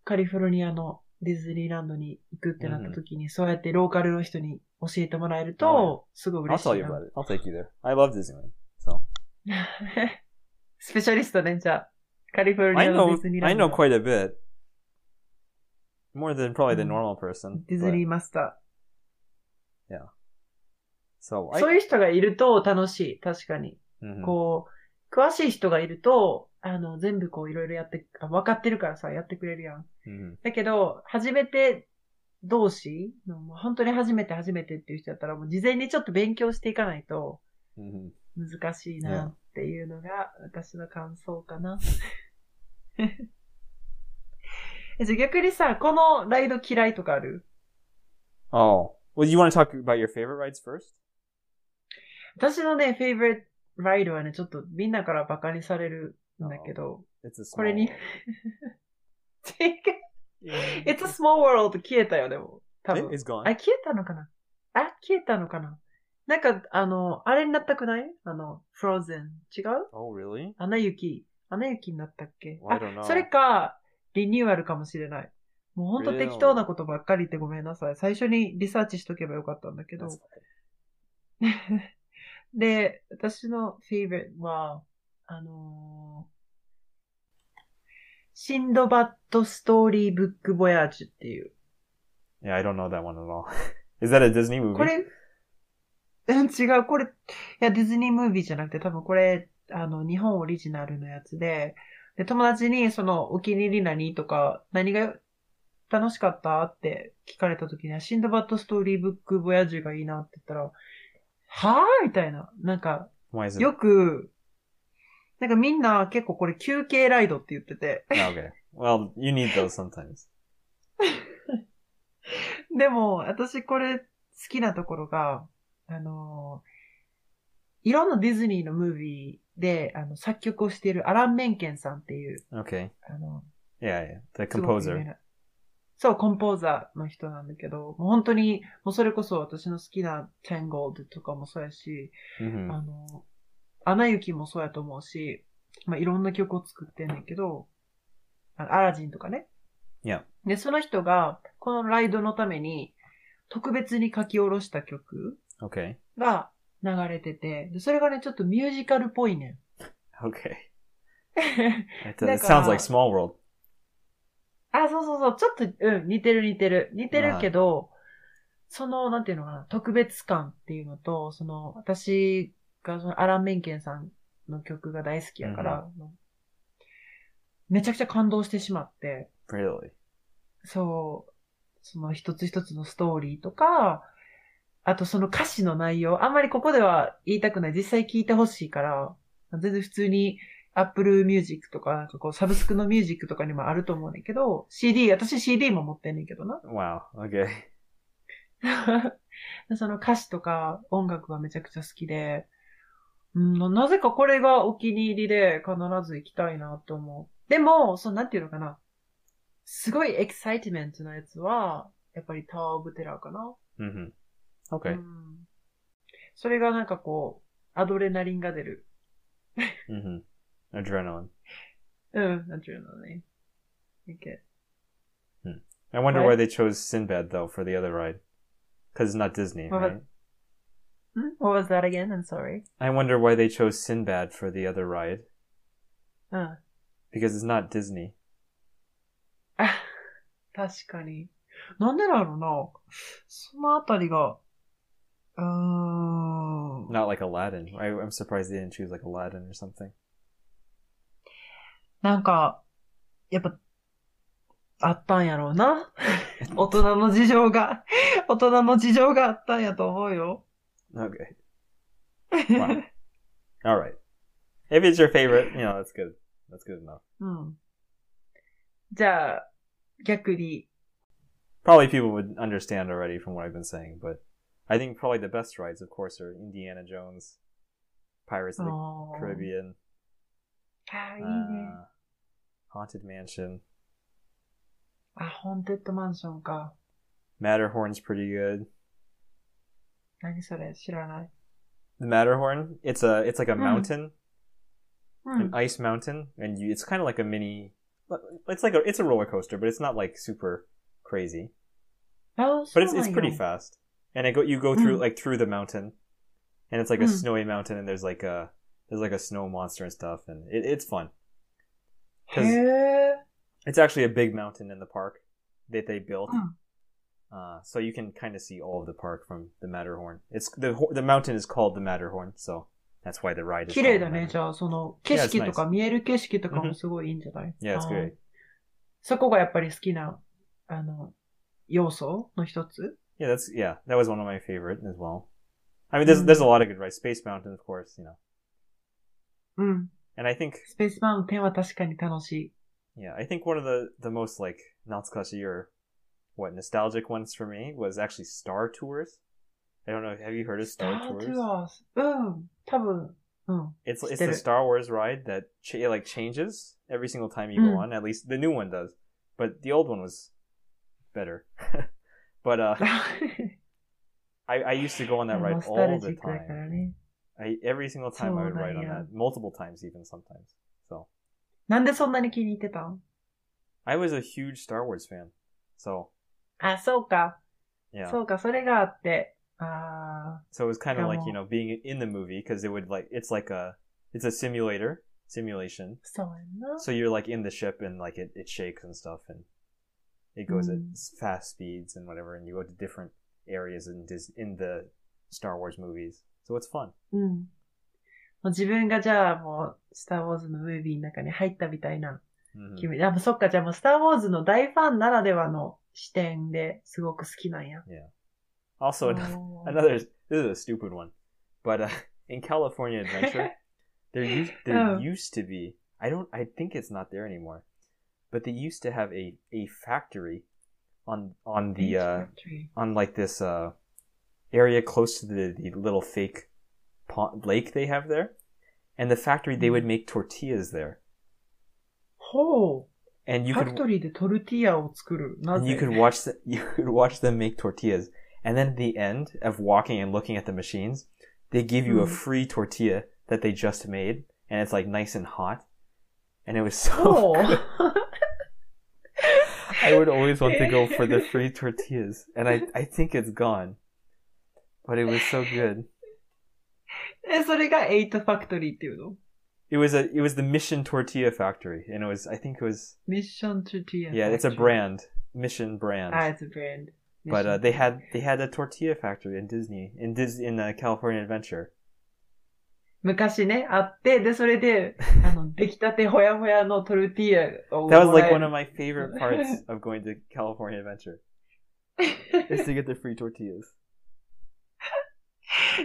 Speaker 1: カリフォルニアのディズニーランドに行くってなった時に、そうやってローカルの人に教えてもらえると、すごい
Speaker 2: I'll
Speaker 1: 嬉しい
Speaker 2: tell
Speaker 1: な。
Speaker 2: you about it. I'll take you there. I love Disneyland. So
Speaker 1: スペシャリストね、じゃあ。カリフォルニ
Speaker 2: I
Speaker 1: アのデ
Speaker 2: know
Speaker 1: ィズニーラ
Speaker 2: I
Speaker 1: ンド
Speaker 2: know
Speaker 1: の。
Speaker 2: quite a bit. More than probably the
Speaker 1: Mm.
Speaker 2: normal person.
Speaker 1: ディズニーマスタ
Speaker 2: but- so
Speaker 1: ー。
Speaker 2: I
Speaker 1: そういう人がいると楽しい、確かに。
Speaker 2: Mhm.
Speaker 1: こう、詳しい人がいると、あの、全部こういろいろやって、あ分かってるからさ、やってくれるやん。
Speaker 2: Mhm.
Speaker 1: だけど、初めて同士の、もう本当に初めて初めてっていう人だったら、もう事前にちょっと勉強していかないと
Speaker 2: Mhm.
Speaker 1: 難しいなっていうのが私の感想かな。 えじゃあ逆にさ、このライド嫌いとかある
Speaker 2: Oh. Well you want to talk about your favorite rides first?
Speaker 1: 私のね、フェイブリットライドはね、ちょっとみんなからバカにされるんだけど、
Speaker 2: It's a small
Speaker 1: これに
Speaker 2: world.、
Speaker 1: 違う It's a small world 消えたよ、でも。多
Speaker 2: It
Speaker 1: 分。
Speaker 2: is gone.
Speaker 1: あ、消えたのかなあ、消えたのかななんか、あの、あれになったくないあの、frozen。違う
Speaker 2: Oh really?
Speaker 1: アナ雪。アナ雪になったっけ
Speaker 2: Well, I
Speaker 1: あ
Speaker 2: don't know.、
Speaker 1: それか、リニューアルかもしれない。もうほんと
Speaker 2: Really?
Speaker 1: 適当なことばっかり言ってごめんなさい。最初にリサーチしとけばよかったんだけど
Speaker 2: That's-。
Speaker 1: で、私のフェイブリットは、あのーシンドバッドストーリーブックボヤージュっていう。
Speaker 2: Yeah, I don't know that one at all. is that a Disney movie?
Speaker 1: これ、うん違う、これ、いや、ディズニームービーじゃなくて、多分これ、あの、日本オリジナルのやつで、で、友達に、その、お気に入り何とか、何が楽しかったって聞かれた時には、シンドバッドストーリーブックボヤージュがいいなって言ったら、はぁみたいな。なんか、
Speaker 2: Why is it?
Speaker 1: よく、なんかみんな結構これ休憩ライドって言ってて、
Speaker 2: Ah, okay. Well, you need those sometimes.
Speaker 1: でも、私これ好きなところが、あのーいろんなディズニーのムービーで、あの、作曲をしているアラン・メンケンさんっていう、
Speaker 2: Okay.
Speaker 1: あの、
Speaker 2: Yeah, yeah. The
Speaker 1: すごく有
Speaker 2: composer.
Speaker 1: 名な。そう、コンポーザーの人なんだけど、もう本当に、もうそれこそ私の好きな Tangled とかもそうやし、
Speaker 2: Mhm.
Speaker 1: あの、アナ雪もそうやと思うし、まあ、いろんな曲を作ってんだけど、あのアラジンとかね。
Speaker 2: Yeah.
Speaker 1: で、その人が、このライドのために、特別に書き下ろした曲
Speaker 2: Okay.
Speaker 1: が流れてて、でそれがね、ちょっとミュージカルっぽいね
Speaker 2: Okay.
Speaker 1: ん。
Speaker 2: It, it sounds like
Speaker 1: だから-
Speaker 2: Small World.
Speaker 1: あ、そうそうそう、ちょっと、うん、似てる似てる。似てるけど、その、なんていうのかな、特別感っていうのと、その、私が、その、アラン・メンケンさんの曲が大好きやから、めちゃくちゃ感動してしまって、
Speaker 2: Really?
Speaker 1: そう、その一つ一つのストーリーとか、あとその歌詞の内容、あんまりここでは言いたくない。実際聞いてほしいから、全然普通に Apple Music とか、なんかこう、サブスクのミュージックとかにもあると思うねんけど、CD、私 CD も持ってんねんけどな。
Speaker 2: Wow. Okay.
Speaker 1: その歌詞とか音楽がめちゃくちゃ好きで、うん、なぜかこれがお気に入りで必ず行きたいなと思う。でも、そのなんていうのかな。すごいエキサイティメントなやつは、やっぱりタワーオブテラーかな。
Speaker 2: hmm
Speaker 1: う
Speaker 2: Okay.
Speaker 1: ん、それがなんかこう、アドレナリンが出る。Mm-hmm.
Speaker 2: hmm Adrenaline.
Speaker 1: うん、なんていうのね。いけ
Speaker 2: I wonder
Speaker 1: Right.
Speaker 2: why they chose Sinbad though for the other ride, because it's not Disney,
Speaker 1: Well,
Speaker 2: right?
Speaker 1: Hmm? What was that again? I'm sorry.
Speaker 2: I wonder why they chose Sinbad for the other ride
Speaker 1: うん。
Speaker 2: because it's not Disney.
Speaker 1: 確かに。なんでだろうな。そのあたりが、うーん。
Speaker 2: Not like Aladdin. I, I'm surprised they didn't choose like Aladdin or something.
Speaker 1: なんか、やっぱ、あったんやろう な。大人の事情が、大人の事情があったんやと思うよ。
Speaker 2: Okay. Wow. All right. If it's your favorite, you know that's good. That's good enough.
Speaker 1: うん。じゃあ、逆に。
Speaker 2: Probably people would understand already from what I've been saying, but I think probably the best rides, of course, are Indiana Jones, Pirates of the
Speaker 1: Oh.
Speaker 2: Caribbean,
Speaker 1: ああ、いい
Speaker 2: uh,
Speaker 1: ね。
Speaker 2: Haunted Mansion.
Speaker 1: あ、ホーンテッドマンションか。
Speaker 2: Matterhorn's pretty good.
Speaker 1: 何それ知らない。
Speaker 2: The Matterhorn, it's a it's like a
Speaker 1: Hmm.
Speaker 2: mountain,
Speaker 1: う
Speaker 2: an ice mountain, and you, it's kind of like a mini. It's like a it's a roller coaster, but it's not like super crazy.
Speaker 1: あ、
Speaker 2: But
Speaker 1: そう
Speaker 2: it's
Speaker 1: なん
Speaker 2: it's
Speaker 1: や
Speaker 2: pretty fast, and it go you go through
Speaker 1: Hmm.
Speaker 2: like through the mountain, and it's like a
Speaker 1: Hmm.
Speaker 2: snowy mountain, and there's like a there's like a snow monster and stuff, and it, it's fun. 'cause-
Speaker 1: へえ。
Speaker 2: It's actually a big mountain in the park that they built.
Speaker 1: Hmm.
Speaker 2: Uh, so you can kind of see all of the park from the Matterhorn. It's the ho- the mountain is called the Matterhorn, so that's why the ride is.
Speaker 1: 綺
Speaker 2: called
Speaker 1: 麗
Speaker 2: the
Speaker 1: だね。
Speaker 2: Matterhorn.
Speaker 1: じゃあ、その、景
Speaker 2: Yeah, it's
Speaker 1: 色とか、
Speaker 2: nice.
Speaker 1: 見える景色とかもすごいいいんじゃない
Speaker 2: Yeah, it's
Speaker 1: あー
Speaker 2: great.
Speaker 1: そこがやっぱり好きな、あの、要素の一つ
Speaker 2: Yeah, that's yeah. That was one of my favorite as well. I mean, there's there's a lot of good rides. Space Mountain, of course, you know.
Speaker 1: うん。
Speaker 2: And I think
Speaker 1: スペースマウンテンは確かに楽しい。
Speaker 2: yeah, I think one of the the most like natsukashi or what nostalgic ones for me was actually Star Tours. I don't know. Have you heard of
Speaker 1: ダ
Speaker 2: Star
Speaker 1: ー
Speaker 2: Tours?
Speaker 1: トゥアース。うん。多分、 うん。
Speaker 2: It's it's
Speaker 1: Did it.
Speaker 2: the Star Wars ride that ch- it, like changes every single time you
Speaker 1: Mm.
Speaker 2: go on. At least the new one does, but the old one was better. but uh, I I used to go on that ride
Speaker 1: ノスタ
Speaker 2: all
Speaker 1: ル
Speaker 2: the
Speaker 1: ジックだか
Speaker 2: time.
Speaker 1: らね。
Speaker 2: I every single time I would
Speaker 1: So,
Speaker 2: ride on
Speaker 1: yeah.
Speaker 2: that, multiple times even sometimes. So
Speaker 1: なんでそんなに気に入ってたん
Speaker 2: I was a huge Star Wars fan. So
Speaker 1: あ、そうか。
Speaker 2: yeah, so,
Speaker 1: そうか、それがあって。ああ。
Speaker 2: it was kind of like
Speaker 1: Come
Speaker 2: you know being in the movie because it would like it's like a it's a simulator simulation.
Speaker 1: そうやんな。
Speaker 2: So you're like in the ship and like it, it shakes and stuff and it goes
Speaker 1: Mm.
Speaker 2: at s- fast speeds and whatever and you go to different areas in Dis- in the Star Wars movies. So it's fun.
Speaker 1: うん。もう自分がじゃあもう、スターウォーズのムービーの中に入ったみたいな
Speaker 2: Mhm.
Speaker 1: 君、あ、そっか、じゃあもう、スター・ウォーズの大ファンならではの視点ですごく好きなんや。
Speaker 2: Also
Speaker 1: あ
Speaker 2: another,
Speaker 1: ー
Speaker 2: another this is a stupid one, but uh, in California Adventure. There used there
Speaker 1: Oh.
Speaker 2: used to be. I don't. I think it's not there anymore. But they used to have a a factory on on the uh, on like this uh, area close to the, the little fake pond, lake they have there, and the factory they would make tortillas there,
Speaker 1: ほ
Speaker 2: and
Speaker 1: う。
Speaker 2: you
Speaker 1: ファク
Speaker 2: could
Speaker 1: トリーでトルティーヤを作る。な
Speaker 2: and
Speaker 1: ぜ
Speaker 2: you could watch the, you could watch them make tortillas, and then at the end of walking and looking at the machines, they give you a
Speaker 1: Mhm.
Speaker 2: free tortilla that they just made, and it's like nice and hot, and it was so.
Speaker 1: ほう。
Speaker 2: I would always want to go for the free tortillas, and I, I think it's gone. But it was so good.
Speaker 1: え、それがエイトファクトリーっていうの
Speaker 2: It was a it was the Mission Tortilla Factory, and it was I think it was
Speaker 1: ミッション・トゥルティーヤ。
Speaker 2: yeah, it's a brand Mission
Speaker 1: あ、
Speaker 2: brand.
Speaker 1: it's a brand.
Speaker 2: But uh, they had they had a tortilla factory in Disney in Dis in uh, California Adventure.
Speaker 1: 昔ね、あって、で、それ で、あの、出来たてほやほやのトルティーヤをもら
Speaker 2: That
Speaker 1: える。
Speaker 2: was like one of my favorite parts of going to California Adventure is to get the free tortillas.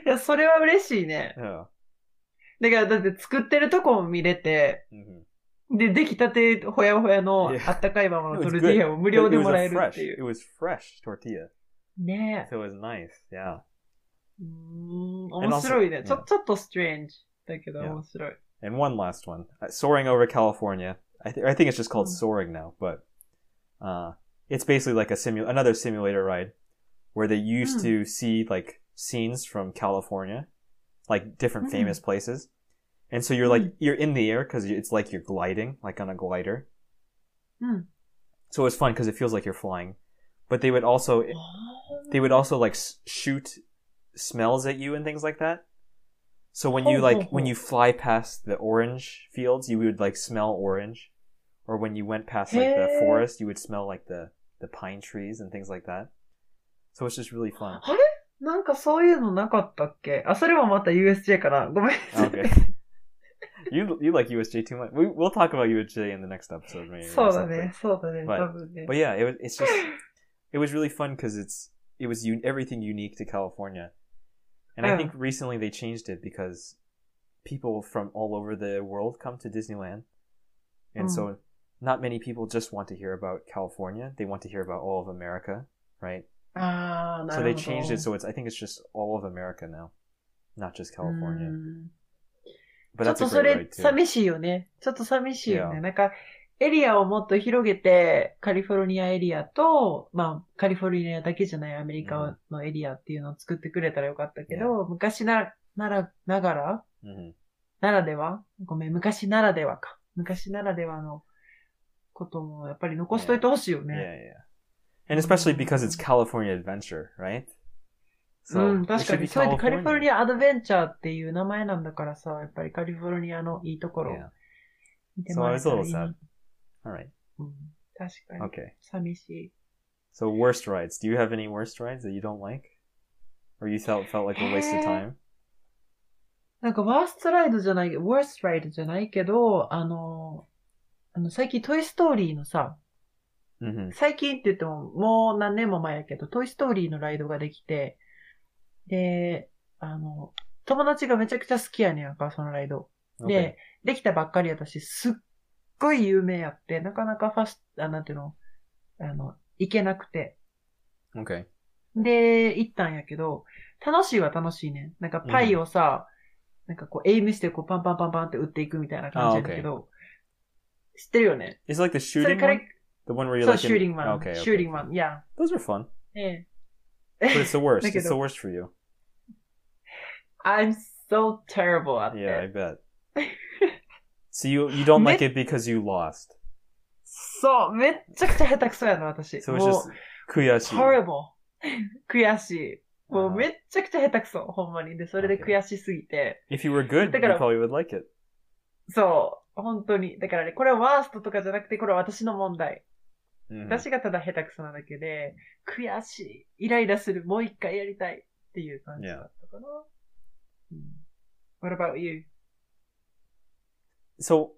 Speaker 1: いや、それは嬉しいね。
Speaker 2: Oh,
Speaker 1: だから、だって作ってるとこも見れて、
Speaker 2: Mhm.
Speaker 1: で、出来たてほやほやの
Speaker 2: Yeah.
Speaker 1: あったかいままの
Speaker 2: It was
Speaker 1: トルティーヤを
Speaker 2: good.
Speaker 1: 無料
Speaker 2: It
Speaker 1: で
Speaker 2: was
Speaker 1: も
Speaker 2: a
Speaker 1: らえるっ
Speaker 2: fresh.
Speaker 1: てい
Speaker 2: It
Speaker 1: う。
Speaker 2: was fresh tortilla,
Speaker 1: ねえ。
Speaker 2: so it was nice. Yeah.
Speaker 1: うーん、面白いね。
Speaker 2: And also-
Speaker 1: ちょ、ちょっとストレンジだけど
Speaker 2: Yeah.
Speaker 1: 面白い。
Speaker 2: And one last one, Uh, soaring over California. I, th- I think it's just called
Speaker 1: Hmm.
Speaker 2: soaring now, but uh, it's basically like a simu- another simulator ride where they used
Speaker 1: Hmm.
Speaker 2: to see like scenes from California, like different
Speaker 1: Hmm.
Speaker 2: famous places. And so you're like you're in the air because it's like you're gliding, like on a glider.
Speaker 1: Hmm.
Speaker 2: So it's fun because it feels like you're flying. But they would also they would also like s- shoot smells at you and things like that. So when you
Speaker 1: Ho,
Speaker 2: like
Speaker 1: ho,
Speaker 2: when
Speaker 1: ho.
Speaker 2: you fly past the orange fields, you would like smell orange, or when you went past like the
Speaker 1: Hey.
Speaker 2: forest, you would smell like the the pine trees and things like that. So it's just really fun.
Speaker 1: あれなんかそういうのなかったっけあ、それはまた USJ かな。ごめんなさい。
Speaker 2: Okay. you you like USJ too much. We we'll talk about USJ in the next episode maybe. or
Speaker 1: そうだ
Speaker 2: something.
Speaker 1: ね、そうだね、
Speaker 2: But-
Speaker 1: 多分ね
Speaker 2: But。yeah, it was it's just it was really fun because it's it was un- everything unique to California, and I
Speaker 1: Yeah.
Speaker 2: think recently they changed it because people from all over the world come to Disneyland, and so not many people just want to hear about California. They want to hear about all of America, right?
Speaker 1: ああ、な
Speaker 2: So
Speaker 1: るほど。
Speaker 2: they changed it so it's I think it's just all of America now, not just
Speaker 1: う
Speaker 2: California.
Speaker 1: ん
Speaker 2: But
Speaker 1: ちょっ
Speaker 2: that's a
Speaker 1: とそ
Speaker 2: great
Speaker 1: れ
Speaker 2: ride too.
Speaker 1: 寂しいよね。ちょっと寂しいよ
Speaker 2: Yeah.
Speaker 1: ね。なんか、エリアをもっと広げて、カリフォルニアエリアと、まあ、カリフォルニアだけじゃないアメリカのエリアっていうのを作ってくれたらよかったけど、昔な、なら、ながら
Speaker 2: Mhm.
Speaker 1: ならではごめん、昔ならではか。昔ならではのこともやっぱり残しといてほしいよ
Speaker 2: Yeah,
Speaker 1: ね。
Speaker 2: yeah. And especially because it's California Adventure, right?
Speaker 1: う
Speaker 2: So
Speaker 1: ん、
Speaker 2: it
Speaker 1: 確か
Speaker 2: should be
Speaker 1: に。そうやってカリフォル
Speaker 2: California.
Speaker 1: ニアアドベンチャーっていう名前なんだからさ、やっぱりカリフォルニアのいいところ
Speaker 2: Yeah.
Speaker 1: 見てもらえたらいいな
Speaker 2: So I was a little sad. All right.
Speaker 1: うん、確かに。
Speaker 2: Okay.
Speaker 1: 寂しい。
Speaker 2: So worst rides. Do you have any worst rides that you don't like, or you felt felt like a waste
Speaker 1: Eh.
Speaker 2: of time?
Speaker 1: なんか、ワーストライドじゃない、ワーストライドじゃないけど、あの、あの、最近トイストーリーのさ、
Speaker 2: Mm-hmm.
Speaker 1: 最近って言っても、もう何年も前やけど、トイストーリーのライドができて、で、あの、友達がめちゃくちゃ好きやねんか、そのライド。で、できたばっかりやったし、すっごい有名やって、なかなかファス、あ、なんていうの、あの、行けなくて。
Speaker 2: Okay.
Speaker 1: で、行ったんやけど、楽しいは楽しいね。なんかパイをさ、なんかこう、エイムしてこう、パンパンパンパンって打っていくみたいな感じやねんけど、知ってるよね。
Speaker 2: Is it like the
Speaker 1: それ
Speaker 2: shooting
Speaker 1: から
Speaker 2: one?、The one where
Speaker 1: そ
Speaker 2: you're
Speaker 1: う、
Speaker 2: like in-
Speaker 1: シューティングマン。
Speaker 2: Okay. okay.
Speaker 1: シューティングマン、いや。
Speaker 2: Those are fun,
Speaker 1: ね
Speaker 2: but it's the worst.
Speaker 1: Like
Speaker 2: it's
Speaker 1: it-
Speaker 2: the worst for you.
Speaker 1: I'm so terrible at
Speaker 2: Yeah, I
Speaker 1: it.
Speaker 2: bet. so you you don't like it because you lost.
Speaker 1: そう、めっちゃくちゃ下手くそやな、私。
Speaker 2: So it's just
Speaker 1: も
Speaker 2: kuyashi.
Speaker 1: う、horrible. 悔しい。もう
Speaker 2: Uh-huh.
Speaker 1: めっちゃくちゃ下手くそ、ほんまに。で、それで悔しすぎて。
Speaker 2: If you were good, you
Speaker 1: だから-
Speaker 2: probably would like it.
Speaker 1: そう、本当に。だからね、これはワーストとかじゃなくて、これは私の問題。
Speaker 2: Mhm.
Speaker 1: 私がただ下手くそなだけで、悔しい、イライラする、もう一回やりたいっていう感じだったかな。うん、What about you?
Speaker 2: So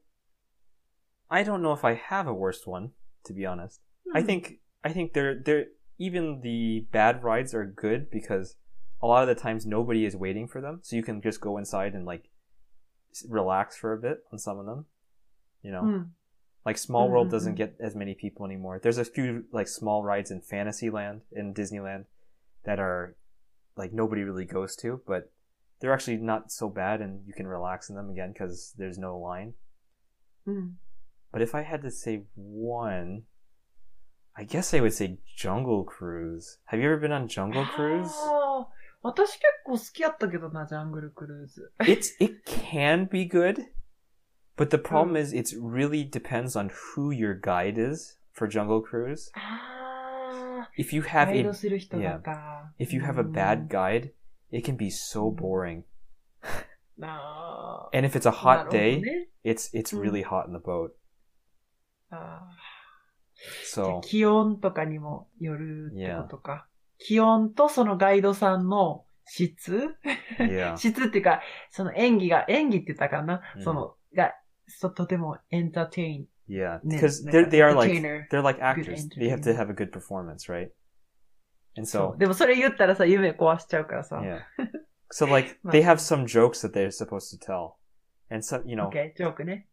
Speaker 2: I don't know if I have a worst one, to be honest. I think I think they're they're even the bad rides are good because a lot of the times nobody is waiting for them, so you can just go inside and like s- relax for a bit on some of them. You know,
Speaker 1: うん。
Speaker 2: like Small World
Speaker 1: Mhm.
Speaker 2: doesn't get as many people anymore. There's a few like small rides in Fantasyland in Disneyland that are like nobody really goes to, but they're actually not so bad, and you can relax in them again because there's no line.
Speaker 1: うん。
Speaker 2: But if I had to say one, I guess I would say Jungle Cruise. Have you ever been on Jungle Cruise?
Speaker 1: あー私結構好きやったけどな、ジャングルクルーズ。
Speaker 2: It's it can be good, but the problem is it's really depends on who your guide is for Jungle Cruise.
Speaker 1: ああ、
Speaker 2: If you have
Speaker 1: ガイド
Speaker 2: a
Speaker 1: する人だった。
Speaker 2: if you have a
Speaker 1: う
Speaker 2: bad
Speaker 1: ん
Speaker 2: guide, it can be so boring.
Speaker 1: あー
Speaker 2: And if it's a
Speaker 1: なる
Speaker 2: hot
Speaker 1: ほど
Speaker 2: day,
Speaker 1: ね
Speaker 2: it's it's
Speaker 1: Mm.
Speaker 2: really hot in the boat.
Speaker 1: あー
Speaker 2: So
Speaker 1: 気温とかにもよるって
Speaker 2: Yeah.
Speaker 1: ことか。気温とそのガイドさんの質
Speaker 2: yeah,
Speaker 1: 質っていうか、その演技が、演技って言ったかな、
Speaker 2: うん
Speaker 1: その、が、そとてもエンターテイン。Yeah,
Speaker 2: yeah, because
Speaker 1: like
Speaker 2: they they are like
Speaker 1: entertainer.
Speaker 2: they're like actors. They have to
Speaker 1: entertainer.
Speaker 2: have a good performance, right? And
Speaker 1: そ
Speaker 2: so
Speaker 1: う。でもそれ言ったらさ、夢壊しちゃうからさ。
Speaker 2: Yeah. So like
Speaker 1: Not
Speaker 2: they have some jokes that they're supposed to tell, and so you know,
Speaker 1: okay, ジョークね。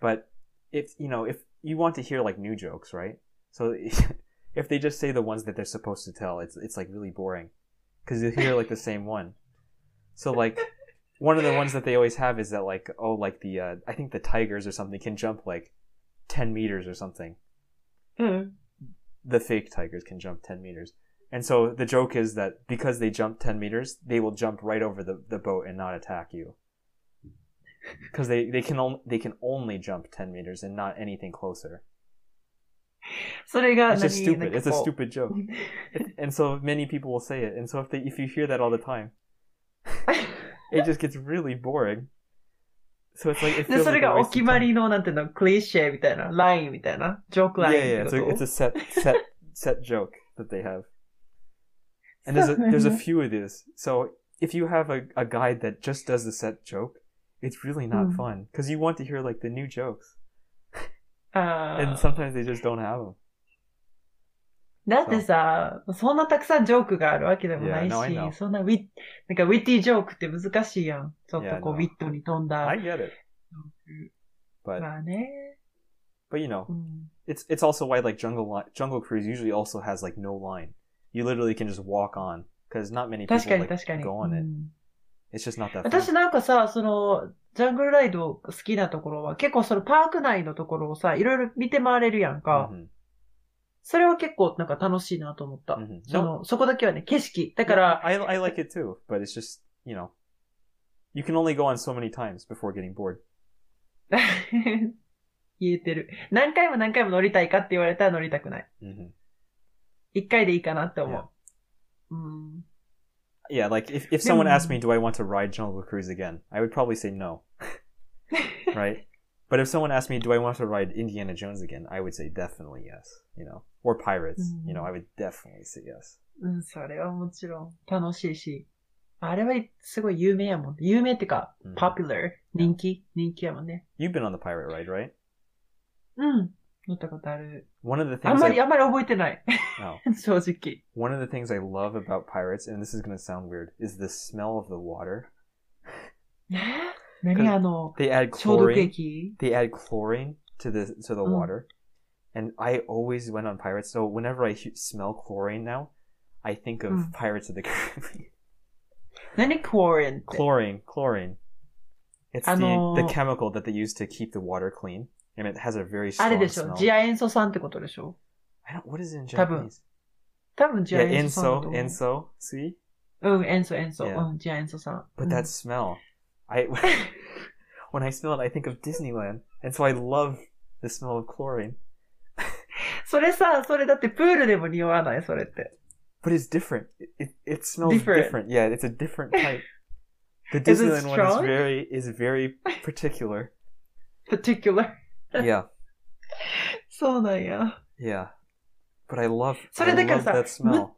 Speaker 2: but if you know if you want to hear like new jokes, right? So if they just say the ones that they're supposed to tell, it's it's like really boring because you'll hear like the same one. So like one of the ones that they always have is that like oh like the uh, I think the tigers or something can jump like ten meters or something.
Speaker 1: うん。
Speaker 2: The fake tigers can jump ten meters. And so the joke is that because they jump ten meters, they will jump right over the, the boat and not attack you. Because they, they can only they can only jump ten meters and not anything closer.
Speaker 1: それが
Speaker 2: It's just
Speaker 1: 何なん
Speaker 2: stupid.
Speaker 1: か
Speaker 2: It's a
Speaker 1: こう
Speaker 2: stupid joke. And so many people will say it. And so if they, if you hear that all the time, it just gets really boring. So it's like it
Speaker 1: で、
Speaker 2: feels
Speaker 1: それ
Speaker 2: like a
Speaker 1: がお
Speaker 2: waste
Speaker 1: 決
Speaker 2: of
Speaker 1: ま
Speaker 2: time.
Speaker 1: りの、なんていうの、クリシェみたいな、ラインみたいな、ジョーク
Speaker 2: Yeah,
Speaker 1: ライン
Speaker 2: yeah.
Speaker 1: っ
Speaker 2: It's
Speaker 1: て
Speaker 2: a,
Speaker 1: こと
Speaker 2: it's a set set set joke that they have. And there's a, there's a few of these. So if you have a, a guide that just does the set joke, it's really not
Speaker 1: Mm.
Speaker 2: fun because you want to hear like the new jokes,
Speaker 1: あー
Speaker 2: and sometimes they just don't have them.
Speaker 1: だってさ、そんなたくさんジョークがあるわけでもない
Speaker 2: Yeah, no, I know.
Speaker 1: し、そんなウィッ、なんかウィッティジョークって難しいやん。ちょっとこう、
Speaker 2: Yeah, no.
Speaker 1: ウィットに飛ん
Speaker 2: I
Speaker 1: だ。
Speaker 2: get it, but
Speaker 1: まあね。
Speaker 2: but you know
Speaker 1: うん。
Speaker 2: it's it's also why like Jungle Li- Jungle Cruise usually also has like no line. You literally can just walk on because not many people
Speaker 1: 確かに
Speaker 2: like,
Speaker 1: 確かに。
Speaker 2: go on
Speaker 1: う
Speaker 2: it.
Speaker 1: ん
Speaker 2: It's just not that.
Speaker 1: 私
Speaker 2: Fun.
Speaker 1: なんかさ、その、ジャングルライド好きなところは、結構そのパーク内のところをさ、いろいろ見て回れるやんか。
Speaker 2: Mhm,
Speaker 1: それは結構なんか楽しいなと思った。
Speaker 2: mhm.
Speaker 1: そ
Speaker 2: No,
Speaker 1: の、そこだけはね、景色。だから、
Speaker 2: I I like it too, but it's just you know you can only go on so many times before getting bored.
Speaker 1: 言えてる。何回も何回も乗りたいかって言われたら乗りたくない。
Speaker 2: hmm
Speaker 1: 一回でいいかなって思う。うん。
Speaker 2: Yeah, like if, if someone
Speaker 1: Mm.
Speaker 2: asked me, do I want to ride Jungle Cruise again? I would probably say no, right? but if someone asked me, do I want to ride Indiana Jones again? I would say definitely yes. You know, or Pirates. You know,
Speaker 1: Mm.
Speaker 2: I would definitely say yes.
Speaker 1: うん、それはもちろん楽しいし。あれはすごい有名やもん。有名ってか、
Speaker 2: Mhm.
Speaker 1: popular。人気人気やもんね。
Speaker 2: You've been on the pirate ride, right?
Speaker 1: うん。乗ったことある。
Speaker 2: One of the things
Speaker 1: あんま
Speaker 2: I-
Speaker 1: り、あんまり覚えてない。
Speaker 2: Oh.
Speaker 1: 正直。
Speaker 2: One of the things I love about pirates, and this is going to sound weird, is the smell of the water.
Speaker 1: 何あの、
Speaker 2: They add
Speaker 1: 消毒
Speaker 2: chlorine.
Speaker 1: 液
Speaker 2: They add chlorine to the to the
Speaker 1: Mm.
Speaker 2: water, and I always went on pirates. So whenever I he- smell chlorine now, I think of
Speaker 1: Mm.
Speaker 2: Pirates of the Caribbean.
Speaker 1: 何クオリンって。
Speaker 2: chlorine, chlorine. It's
Speaker 1: I
Speaker 2: the, the
Speaker 1: know.
Speaker 2: chemical that they use to keep the water clean, and it has a very
Speaker 1: あれ
Speaker 2: strong
Speaker 1: でしょ
Speaker 2: smell.
Speaker 1: 次亜塩素酸ってことでしょ
Speaker 2: I don't, what is it in
Speaker 1: Tabu.
Speaker 2: Japanese?
Speaker 1: 多分次
Speaker 2: Yeah,
Speaker 1: 亜塩素酸だと思
Speaker 2: enso,
Speaker 1: う。
Speaker 2: enso, see?
Speaker 1: うん、塩素、塩素。
Speaker 2: Yeah.
Speaker 1: うん、次 亜塩素酸。
Speaker 2: But that smell, I when I smell it, I think of Disneyland, and so I love the smell of chlorine.
Speaker 1: うんそれさ、それだってプールでも匂わないそれって。
Speaker 2: But it's different. It it, it smells different.
Speaker 1: Different.
Speaker 2: Yeah, it's a different type. The
Speaker 1: Is it
Speaker 2: Disneyland one is
Speaker 1: strong?
Speaker 2: very is very particular.
Speaker 1: particular.
Speaker 2: yeah,
Speaker 1: そうなんや。
Speaker 2: yeah. But I love
Speaker 1: So
Speaker 2: I
Speaker 1: then they can
Speaker 2: love
Speaker 1: start-
Speaker 2: that smell.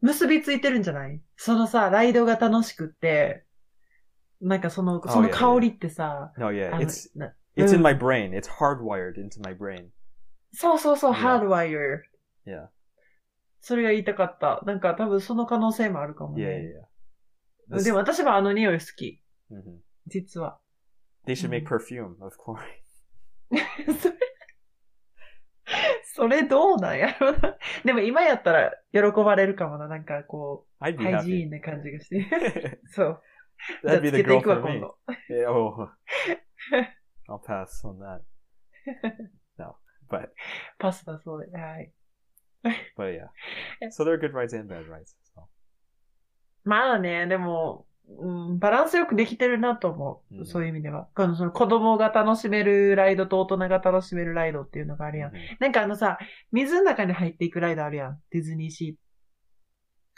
Speaker 1: 結びついてるんじゃないそのさ、ライドが楽しくって、なんかその、その香りってさ、
Speaker 2: No, yeah,
Speaker 1: あの
Speaker 2: it's
Speaker 1: な
Speaker 2: it's
Speaker 1: Mm.
Speaker 2: in my brain. It's hardwired into my brain.
Speaker 1: そうそうそう、
Speaker 2: Yeah.
Speaker 1: ハードワイヤー。
Speaker 2: Yeah,
Speaker 1: それが言いたかった。なんか多分その可能性もあるかも
Speaker 2: yeah, yeah.
Speaker 1: ね。
Speaker 2: yeah.
Speaker 1: でも私もあの匂い好き。
Speaker 2: Mhm.
Speaker 1: 実は。
Speaker 2: They should make
Speaker 1: Mm.
Speaker 2: perfume of chlorine.
Speaker 1: それ、それどうなんやろな。でも今やったら喜ばれるかもな。なんかこ
Speaker 2: I'd
Speaker 1: う、
Speaker 2: be
Speaker 1: ハイジ ー
Speaker 2: happy.
Speaker 1: ンな感じがして。 そう。じゃあ
Speaker 2: That'd be
Speaker 1: つ
Speaker 2: the
Speaker 1: けて
Speaker 2: girl
Speaker 1: いくわ、
Speaker 2: for me.
Speaker 1: 今度。
Speaker 2: Yeah, oh, I'll pass on that. No, but
Speaker 1: パスタそうで。はい。
Speaker 2: but yeah. So there are good rides and bad rides. So
Speaker 1: まあね、でも、うん、バランスよくできてるなと思う。
Speaker 2: うん
Speaker 1: そういう意味では。このその子供が楽しめるライドと大人が楽しめるライドっていうのがあるやん。
Speaker 2: Mhm.
Speaker 1: なんかあのさ、水の中に入っていくライドあるやん。ディズニーシ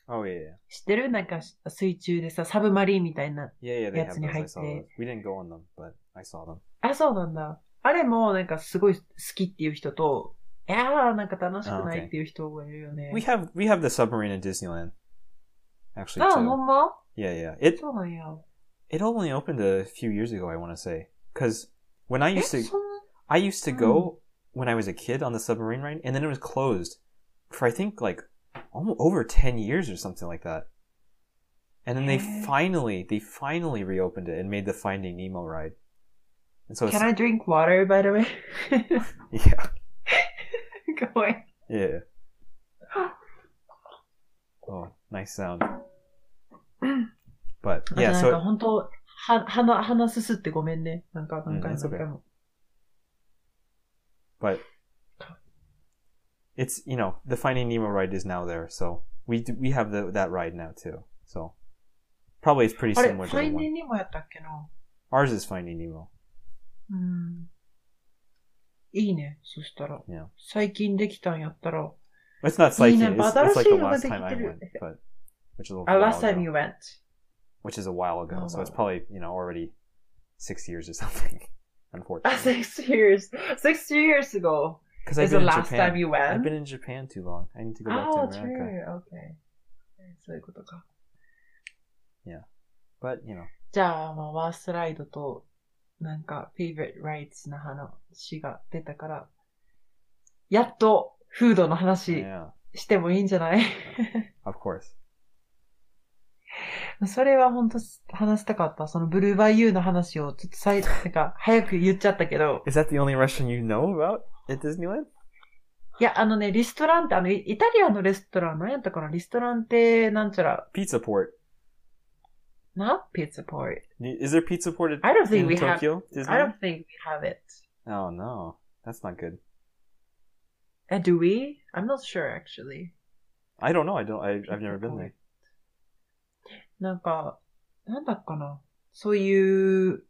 Speaker 2: oh yeah, yeah,
Speaker 1: ー。知ってるなんかし水中でさ、サブマリンみたいな。
Speaker 2: yeah, yeah. They have
Speaker 1: That's an
Speaker 2: those. I saw
Speaker 1: idea.
Speaker 2: those. We didn't go on them, but I saw them.
Speaker 1: あ、そうなんだ。あれもなんかすごい好きっていう人と、いやーなんか楽しくないっていう人がいるよね
Speaker 2: We。have we have the submarine in Disneyland. Actually,
Speaker 1: あ、ほ
Speaker 2: too.
Speaker 1: んま
Speaker 2: Yeah, yeah. It
Speaker 1: そうなんや。
Speaker 2: it only opened a few years ago. I want to say because when I
Speaker 1: え、
Speaker 2: used to
Speaker 1: そん
Speaker 2: I used to go when I was a kid on the submarine ride, and then it was closed for I think like almost over ten years or something like that. And then they
Speaker 1: Huh?
Speaker 2: finally, they finally reopened it and made the Finding Nemo ride. And so it's,
Speaker 1: Can I drink water, by the way?
Speaker 2: yeah,
Speaker 1: Go away.
Speaker 2: yeah. Oh, nice sound. But
Speaker 1: あと
Speaker 2: yeah,
Speaker 1: なんか
Speaker 2: so
Speaker 1: 本当、は、鼻、鼻すすってごめんね。なんか、何回も
Speaker 2: That's
Speaker 1: 何
Speaker 2: okay.
Speaker 1: 回も。
Speaker 2: but it's you know the Finding Nemo ride is now there, so we do, we have the, that ride now too. So probably it's pretty
Speaker 1: あれ、
Speaker 2: similar to
Speaker 1: ファ
Speaker 2: the
Speaker 1: インデ
Speaker 2: one.
Speaker 1: にもやったっけな
Speaker 2: Ours is Finding Nemo.
Speaker 1: うん。いいね、そしたら。
Speaker 2: Yeah,
Speaker 1: 最近できたんやったら。
Speaker 2: it's not psyche.
Speaker 1: Nina,
Speaker 2: It's,
Speaker 1: but
Speaker 2: it's like the
Speaker 1: Arashino
Speaker 2: last
Speaker 1: got
Speaker 2: time I
Speaker 1: defeated.
Speaker 2: went, but which is a little
Speaker 1: Ah, last
Speaker 2: while ago.
Speaker 1: time you went.
Speaker 2: which is a while ago.
Speaker 1: Oh,
Speaker 2: so
Speaker 1: wow.
Speaker 2: it's probably you know already six years or something.
Speaker 1: Ah,
Speaker 2: Unfortunately,
Speaker 1: six years. Six years ago
Speaker 2: because
Speaker 1: is the last time you
Speaker 2: I've
Speaker 1: went.
Speaker 2: been in Japan too long. I need to go back
Speaker 1: oh,
Speaker 2: to America.
Speaker 1: true. Okay. そういうことか。
Speaker 2: But you know,
Speaker 1: じゃあ、まあ、ワーストライドと、なんか、favorite rights の話が出たから、やっと、フードの話
Speaker 2: yeah,
Speaker 1: してもいいんじゃない
Speaker 2: of course.
Speaker 1: それは本当話したかった。そのブルーバイユーの話をちょっとさい、なんか早く言っちゃったけど。
Speaker 2: Is that the only restaurant you know about at Disneyland?
Speaker 1: いや、あのね、リストランって、あの、イイタリアのレストラン、何やったかなリストランって、なんちゃら、
Speaker 2: Pizza Port.
Speaker 1: な ?pizza port.
Speaker 2: Is there Pizza Port at,
Speaker 1: I don't think
Speaker 2: in
Speaker 1: we have,
Speaker 2: Tokyo?
Speaker 1: I
Speaker 2: Disneyland?
Speaker 1: don't think we have it.
Speaker 2: Oh no, that's not good.
Speaker 1: Uh, do we? I'm not sure actually.
Speaker 2: I don't know. I don't. I, I've never been there.
Speaker 1: なんか、なんだっかなそういう、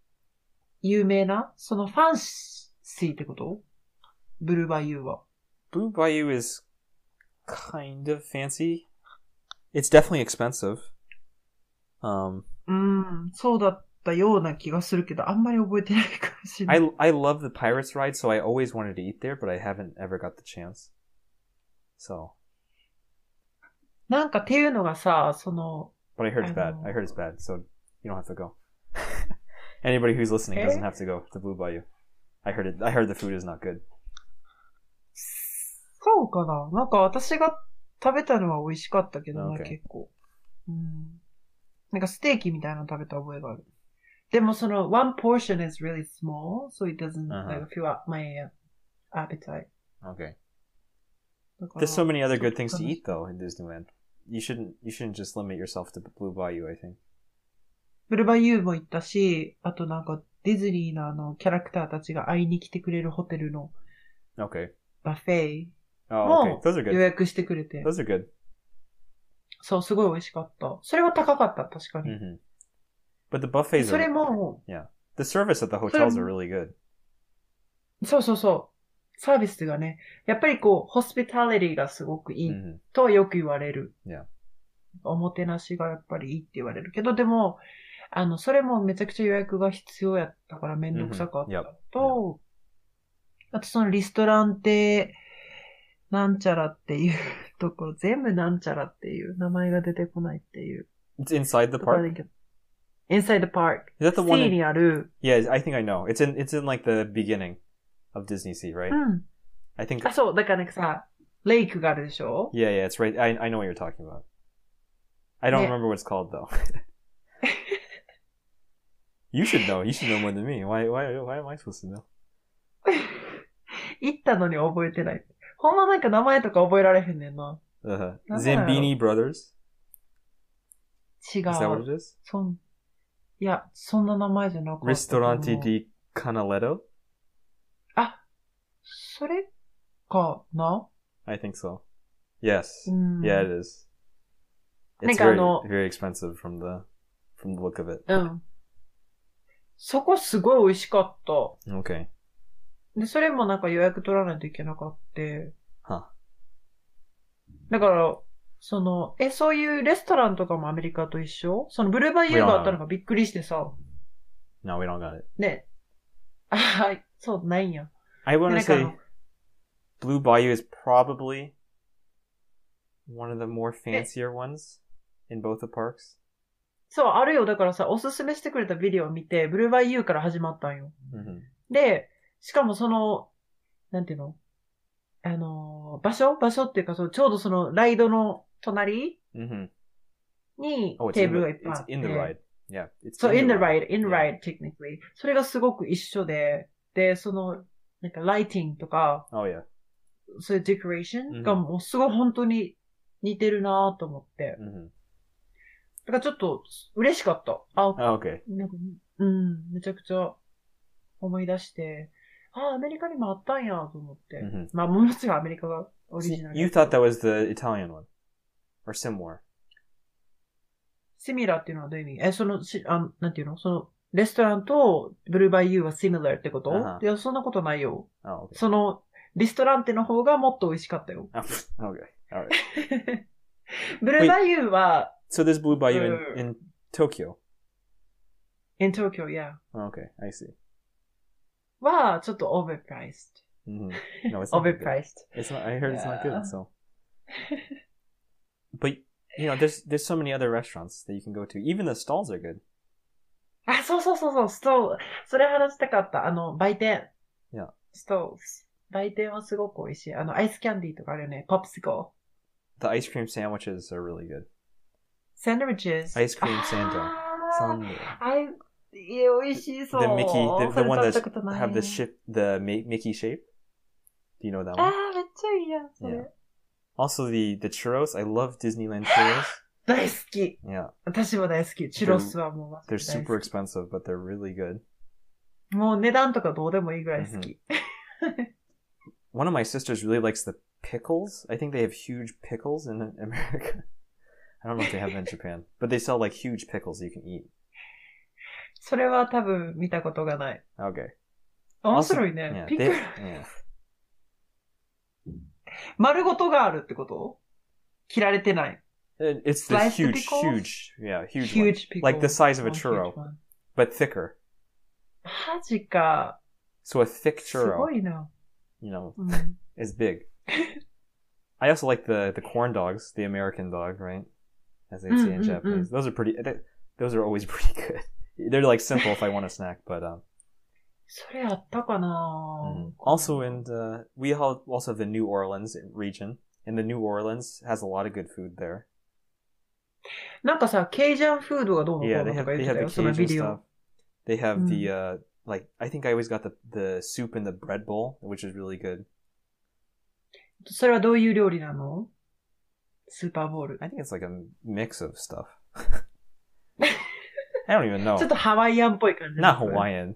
Speaker 1: 有名なそのファンシーってことブルーバイユーは。
Speaker 2: Blue Bayou is kind of fancy. It's definitely expensive. Um,
Speaker 1: うん、そうだったような気がするけど、あんまり覚えてないかもしれない。
Speaker 2: I I love the Pirates ride, so I always wanted to eat there, but I haven't ever got the chance. So,
Speaker 1: なんかっていうのがさ、その、
Speaker 2: but I heard it's
Speaker 1: I
Speaker 2: bad.
Speaker 1: don't
Speaker 2: I
Speaker 1: know.
Speaker 2: heard it's bad, so you don't have to go. Anybody who's listening
Speaker 1: Eh?
Speaker 2: doesn't have to go to Blue Bayou. I heard it. I heard the food is not good.
Speaker 1: そうかななんか私が食べたのは美味しかったけどな、
Speaker 2: Okay.
Speaker 1: 結構。うん。なんかステーキみたいなの食べた覚えがある。でもその、one portion is really small, so it doesn't,
Speaker 2: Uh-huh.
Speaker 1: like, fill up my uh, appetite.
Speaker 2: Okay.
Speaker 1: だから
Speaker 2: There's so many other good things to
Speaker 1: goodness.
Speaker 2: eat though in Disneyland. You shouldn't you shouldn't just limit yourself to Blue Bayou. I think.
Speaker 1: ブルバユーも行ったし、あとなんかディズニーのあのキャラクターたちが会いに来てくれるホテルの
Speaker 2: Okay.
Speaker 1: バフェイ
Speaker 2: Oh, okay.
Speaker 1: も
Speaker 2: Those are
Speaker 1: 予
Speaker 2: good.
Speaker 1: 約してくれて。
Speaker 2: Those are good.
Speaker 1: そう、すごい美味しかった。それは高かった、確かに。
Speaker 2: hmm But the buffets
Speaker 1: それ
Speaker 2: are
Speaker 1: も、
Speaker 2: the service at the hotels
Speaker 1: So-
Speaker 2: are really good.
Speaker 1: そうそうそう。サービスがね、やっぱりこう、ホスピタリティがすごくいい
Speaker 2: hmm
Speaker 1: とはよく言われる。
Speaker 2: Yeah.
Speaker 1: おもてなしがやっぱりいいって言われるけど、でも、あの、それもめちゃくちゃ予約が必要やったからめんどくさかったのと、あとそのリストランテ、なんちゃらっていうところ、全部なんちゃらっていう名前が出てこないっていう
Speaker 2: It's inside the
Speaker 1: ところ
Speaker 2: park.
Speaker 1: だけど。Inside the Park.
Speaker 2: Is that the one?
Speaker 1: C
Speaker 2: In,
Speaker 1: にある、
Speaker 2: yeah, I think I know. It's in it's in like the beginning of Disney Sea, right?
Speaker 1: うん。
Speaker 2: I think.
Speaker 1: あ、そう、だからなんかさ、レイクがあるでしょ
Speaker 2: Yeah, yeah, it's right. I I know what you're talking about. I don't
Speaker 1: Yeah.
Speaker 2: remember what it's called though. you should know. You should know more than me. Why why why am I supposed to know?
Speaker 1: 行ったのに覚えてない。ほんまなんか名前とか覚えられへんねんな。
Speaker 2: Uh,
Speaker 1: Not that I
Speaker 2: Zambini Brothers.
Speaker 1: 違
Speaker 2: Is that what it
Speaker 1: う。
Speaker 2: is?
Speaker 1: そん、いや、そんな名前じゃなかった。
Speaker 2: Ristorante di Canaletto.
Speaker 1: あ、それかな
Speaker 2: I think so. Yes.
Speaker 1: うん。
Speaker 2: Yeah, it is. It's
Speaker 1: Like, I
Speaker 2: very,
Speaker 1: know-
Speaker 2: very expensive from the from the look of it.
Speaker 1: うん。そこすごい美味しかった。
Speaker 2: Okay.
Speaker 1: で、それもなんか予約取らないといけなかった。
Speaker 2: Huh.
Speaker 1: だから、その、え、そういうレストランとかもアメリカと一緒そのブルーバイユーがあったのがびっくりしてさ。
Speaker 2: No, we don't got it.
Speaker 1: ね。あはい。そう、ないんや。
Speaker 2: I want to
Speaker 1: でなん
Speaker 2: say
Speaker 1: かあの
Speaker 2: Blue Bayou is probably one of the more fancier ones in both the parks.
Speaker 1: そう、あるよ。だからさ、おすすめしてくれたビデオを見て、ブルーバイユーから始まったんよ。
Speaker 2: hmm
Speaker 1: で、しかもその、なんていうのあのー、場所場所っていうか、そのちょうどそのライドの隣
Speaker 2: hmm
Speaker 1: に
Speaker 2: Oh, it's
Speaker 1: テー
Speaker 2: in
Speaker 1: ブル
Speaker 2: the,
Speaker 1: がいっぱいあ
Speaker 2: Oh, it's
Speaker 1: って。
Speaker 2: in the ride. Yeah.
Speaker 1: uh,
Speaker 2: It's
Speaker 1: そう、in the
Speaker 2: ride.
Speaker 1: ride, in the ride, technically. それがすごく一緒で、で、その、なんか、ライティングとか、
Speaker 2: Oh yeah.
Speaker 1: そういうデコレーショ
Speaker 2: うん
Speaker 1: ンがもうすごい本当に似てるなぁと思って。
Speaker 2: hmm
Speaker 1: だからちょっと嬉しかった。あ、
Speaker 2: Oh, okay.
Speaker 1: なんか、うん、めちゃくちゃ思い出して、あ、アメリカにもあったんやと思って。
Speaker 2: hmm
Speaker 1: まあ、ものすごいアメリカがオリ
Speaker 2: See,
Speaker 1: ジナル。
Speaker 2: you thought that was the Italian one, or similar.
Speaker 1: シミラーっていうのはどういう意味え、その、しあなんていうのその、レストランとブルーバイユーはシミラーってこと、
Speaker 2: Uh-huh.
Speaker 1: いや、そんなことないよ。
Speaker 2: Oh, okay.
Speaker 1: その、リストランテの方がもっと美味しかったよ。
Speaker 2: Oh, okay. All right.
Speaker 1: ブルーバイユーは、
Speaker 2: So there's Blue Bayou
Speaker 1: Uh.
Speaker 2: in, in Tokyo.
Speaker 1: in Tokyo, yeah.
Speaker 2: Oh, okay, I see.
Speaker 1: は、ちょっと overpriced.
Speaker 2: hmm No, it's not good.
Speaker 1: overpriced.
Speaker 2: It's not. I heard it's not
Speaker 1: Yeah.
Speaker 2: good. So, but you know, there's there's so many other restaurants that you can go to. Even the stalls are good.
Speaker 1: あ、そうそうそうそう、ストー、それ話したかった。あの、売店。
Speaker 2: いや。
Speaker 1: ストー、売店はすごく美味しい。あの、アイスキャンディーとかあるよね。ポプシコ。
Speaker 2: The ice cream sandwiches are really good.
Speaker 1: サンドイッチス。
Speaker 2: Ice cream
Speaker 1: ン
Speaker 2: sandwich. Sunday.
Speaker 1: あー、あい、いや美味しそう。
Speaker 2: The Mickey, the,
Speaker 1: そ
Speaker 2: the
Speaker 1: れ
Speaker 2: one
Speaker 1: 食べ
Speaker 2: that's
Speaker 1: たことない
Speaker 2: have the ship, the Mi- Mickey shape. Do you know that
Speaker 1: あ
Speaker 2: one?
Speaker 1: ー、めっちゃいいやん、それ。
Speaker 2: Yeah. Also the the churros. I love Disneyland churros.
Speaker 1: 大好き。
Speaker 2: Yeah,
Speaker 1: 私も大好き。チュロスはもうマジで
Speaker 2: they're
Speaker 1: 大好き
Speaker 2: super expensive, but they're really good.
Speaker 1: もう値段とかどうでもいいぐらい好き。
Speaker 2: One of my sisters really likes the pickles. I think they have huge pickles in America. I don't know if they have them in Japan, but they sell like huge pickles you can eat.
Speaker 1: それは多分見たことがない。
Speaker 2: Okay.
Speaker 1: 面白い
Speaker 2: Yeah,
Speaker 1: ね。ピク
Speaker 2: they,
Speaker 1: ル。
Speaker 2: yeah.
Speaker 1: 丸ごとがあるってこと切られてない。
Speaker 2: It- It's the
Speaker 1: Sliced
Speaker 2: huge,
Speaker 1: pickles?
Speaker 2: huge, yeah, huge, one.
Speaker 1: Huge pickle.
Speaker 2: like the size of a
Speaker 1: Oh, huge
Speaker 2: churro,
Speaker 1: one.
Speaker 2: but thicker.
Speaker 1: マジか。
Speaker 2: So a thick
Speaker 1: すご
Speaker 2: churro,
Speaker 1: いな。
Speaker 2: you know,
Speaker 1: うん
Speaker 2: is big. I also like the the corn dogs, the American dog, right? As they say in
Speaker 1: Mm, mm,
Speaker 2: Japanese, those are pretty. th- Those are always pretty good. They're like simple if I want a snack, but um.
Speaker 1: それあったかな
Speaker 2: mhm. Also, in uh, we al- also have the New Orleans region, and the New Orleans has a lot of good food there.
Speaker 1: なんかさ、ケイジャンフードがどうのこう
Speaker 2: Yeah,
Speaker 1: の
Speaker 2: they
Speaker 1: と
Speaker 2: have
Speaker 1: か言っ
Speaker 2: they
Speaker 1: て
Speaker 2: have
Speaker 1: た
Speaker 2: the
Speaker 1: よ、その
Speaker 2: Cajun
Speaker 1: ビデ
Speaker 2: stuff.
Speaker 1: オ。
Speaker 2: They have
Speaker 1: Hmm.
Speaker 2: the uh like I think I always got the the soup and the bread bowl, which is really good.
Speaker 1: それはどういう料理なのスーパーボール。
Speaker 2: I think it's like a mix of stuff. I don't even
Speaker 1: ちょっ
Speaker 2: know.
Speaker 1: とハワイアンっぽい感じ。
Speaker 2: Not Hawaiian.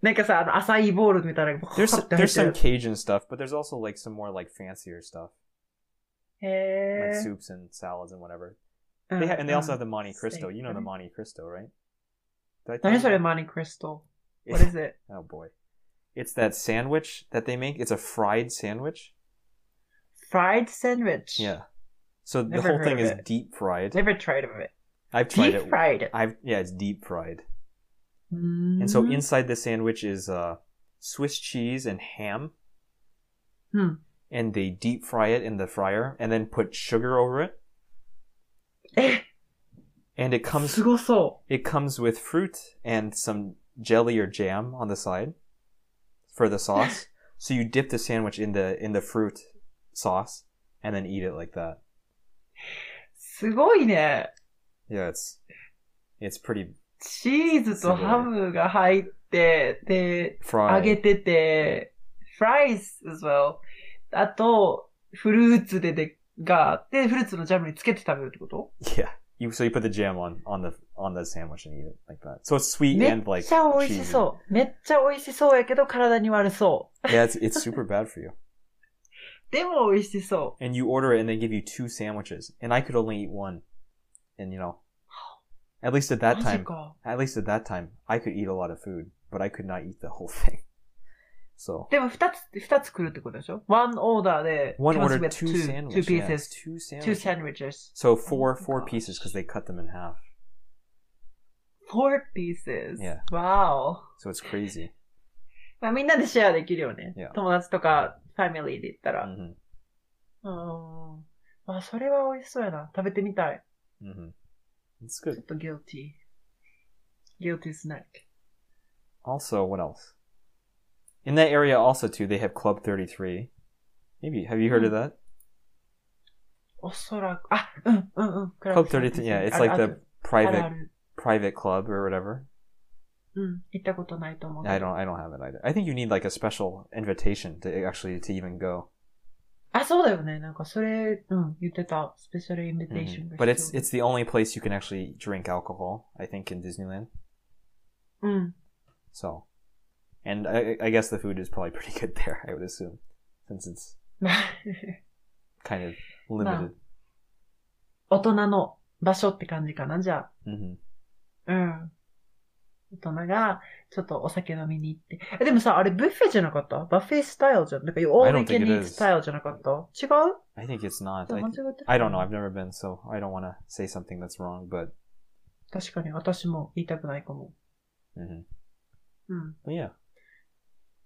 Speaker 1: なんかさ、あの、アサイーボールみたいなのがボコッ
Speaker 2: There's
Speaker 1: て
Speaker 2: there's
Speaker 1: 入
Speaker 2: some
Speaker 1: って
Speaker 2: Cajun stuff, but there's also like some more like fancier stuff,
Speaker 1: る。
Speaker 2: like
Speaker 1: へ
Speaker 2: soups and salads and whatever.
Speaker 1: ぇ
Speaker 2: They ha- and they also have the Monte
Speaker 1: Uh, Steak, Uh-huh.
Speaker 2: Cristo. You know the
Speaker 1: right?
Speaker 2: Monte Cristo, right? Did I tell
Speaker 1: 何
Speaker 2: you
Speaker 1: それ、
Speaker 2: that?
Speaker 1: マニクリスト。What
Speaker 2: It's-
Speaker 1: is it?
Speaker 2: oh boy, it's that sandwich that they make. It's a fried sandwich.
Speaker 1: Fried sandwich.
Speaker 2: Yeah. So the
Speaker 1: Never
Speaker 2: whole
Speaker 1: heard
Speaker 2: thing
Speaker 1: of
Speaker 2: is
Speaker 1: it.
Speaker 2: deep fried.
Speaker 1: Never tried of it.
Speaker 2: I've tried
Speaker 1: Deep
Speaker 2: it.
Speaker 1: fried.
Speaker 2: I've yeah, it's deep fried.
Speaker 1: And
Speaker 2: And
Speaker 1: Mm-hmm.
Speaker 2: so inside the sandwich is uh, Swiss cheese and ham,
Speaker 1: うん。
Speaker 2: and they deep fry it in the fryer, and then put sugar over it.
Speaker 1: え、
Speaker 2: And it comes
Speaker 1: すごそ
Speaker 2: it comes with fruit and some jelly or jam on the side for the sauce. so you dip the sandwich in the in the fruit sauce, and then eat it like
Speaker 1: う。
Speaker 2: that.
Speaker 1: すごいね。
Speaker 2: Yeah, it's it's pretty
Speaker 1: チーズとハムが入って、で、揚
Speaker 2: fried.
Speaker 1: げてて、フライス as well。あと、フルーツでで、があって、フルーツのジャムにつけて食べるってこと
Speaker 2: Yeah. You so you put the jam on on the on the sandwich and eat it like that. So it's sweet
Speaker 1: め
Speaker 2: and
Speaker 1: っ
Speaker 2: like
Speaker 1: ちゃ美味し
Speaker 2: cheesy.
Speaker 1: そう。めっちゃ美味しそうやけど、体に悪そ
Speaker 2: Yeah, it's it's super bad for you.
Speaker 1: う。でも美味しそう。
Speaker 2: And you order it and they give you two sandwiches and I could only eat one. And you know, at least at that
Speaker 1: マジ
Speaker 2: time,
Speaker 1: か。
Speaker 2: at least at that time, I could eat a lot of food, but I could not eat the whole thing. So
Speaker 1: でも二つ、二つ来るってことでしょ ?one order で、
Speaker 2: one
Speaker 1: comes
Speaker 2: order
Speaker 1: with
Speaker 2: two,
Speaker 1: two, two
Speaker 2: sandwiches. yeah, it's
Speaker 1: pieces,
Speaker 2: two
Speaker 1: two sandwiches,
Speaker 2: sandwiches. So four
Speaker 1: Oh my
Speaker 2: four
Speaker 1: gosh.
Speaker 2: pieces because they cut them in half.
Speaker 1: four pieces.
Speaker 2: Yeah.
Speaker 1: Wow.
Speaker 2: So it's crazy.
Speaker 1: まあみんなでシェアできるよね。
Speaker 2: Yeah.
Speaker 1: 友達とか、ファミリーで行ったら。うん。
Speaker 2: hmm
Speaker 1: まあそれは美味しそうやな。食べてみたい。
Speaker 2: hmm It's
Speaker 1: ちょ
Speaker 2: good.
Speaker 1: っと guilty. guilty snack.
Speaker 2: Also, what else? In that area, also too, they have Club Thirty Three. Maybe have you heard of that?
Speaker 1: おそらく、あ、うん、うん、うん。
Speaker 2: Club Thirty Three. Yeah, it's like the
Speaker 1: あるあ
Speaker 2: private
Speaker 1: る
Speaker 2: private club or whatever.
Speaker 1: うん。行ったことないと思うけど。
Speaker 2: I don't I don't have it either. I think you need like a special invitation to actually to even go.
Speaker 1: あ、そうだよね。なんかそれ、うん、言ってた。スペシャルインビテ
Speaker 2: Mhm.
Speaker 1: ーションが必要。
Speaker 2: But it's it's the only place you can actually drink alcohol, I think, in Disneyland.
Speaker 1: うん。
Speaker 2: So, and I, I guess the food is probably pretty good there. I would assume, since it's kind of limited.
Speaker 1: 大人の場所って感じかな、じゃ
Speaker 2: hmm
Speaker 1: あ。うん。大人が、ちょっとお酒飲みに行って。え、でもさ、あれブッフェじゃなかったバッフェスタイルじゃん。なんか、you all
Speaker 2: I
Speaker 1: you
Speaker 2: don't
Speaker 1: can
Speaker 2: think it
Speaker 1: eat
Speaker 2: is.
Speaker 1: スタイルじゃなかった違う
Speaker 2: I think it's not.
Speaker 1: 間
Speaker 2: I,
Speaker 1: 違ってた
Speaker 2: I don't know. I've never been, so I don't want to say something that's wrong. But
Speaker 1: 確かに、私も言いたくないかも。
Speaker 2: mhm.
Speaker 1: うん。
Speaker 2: but yeah,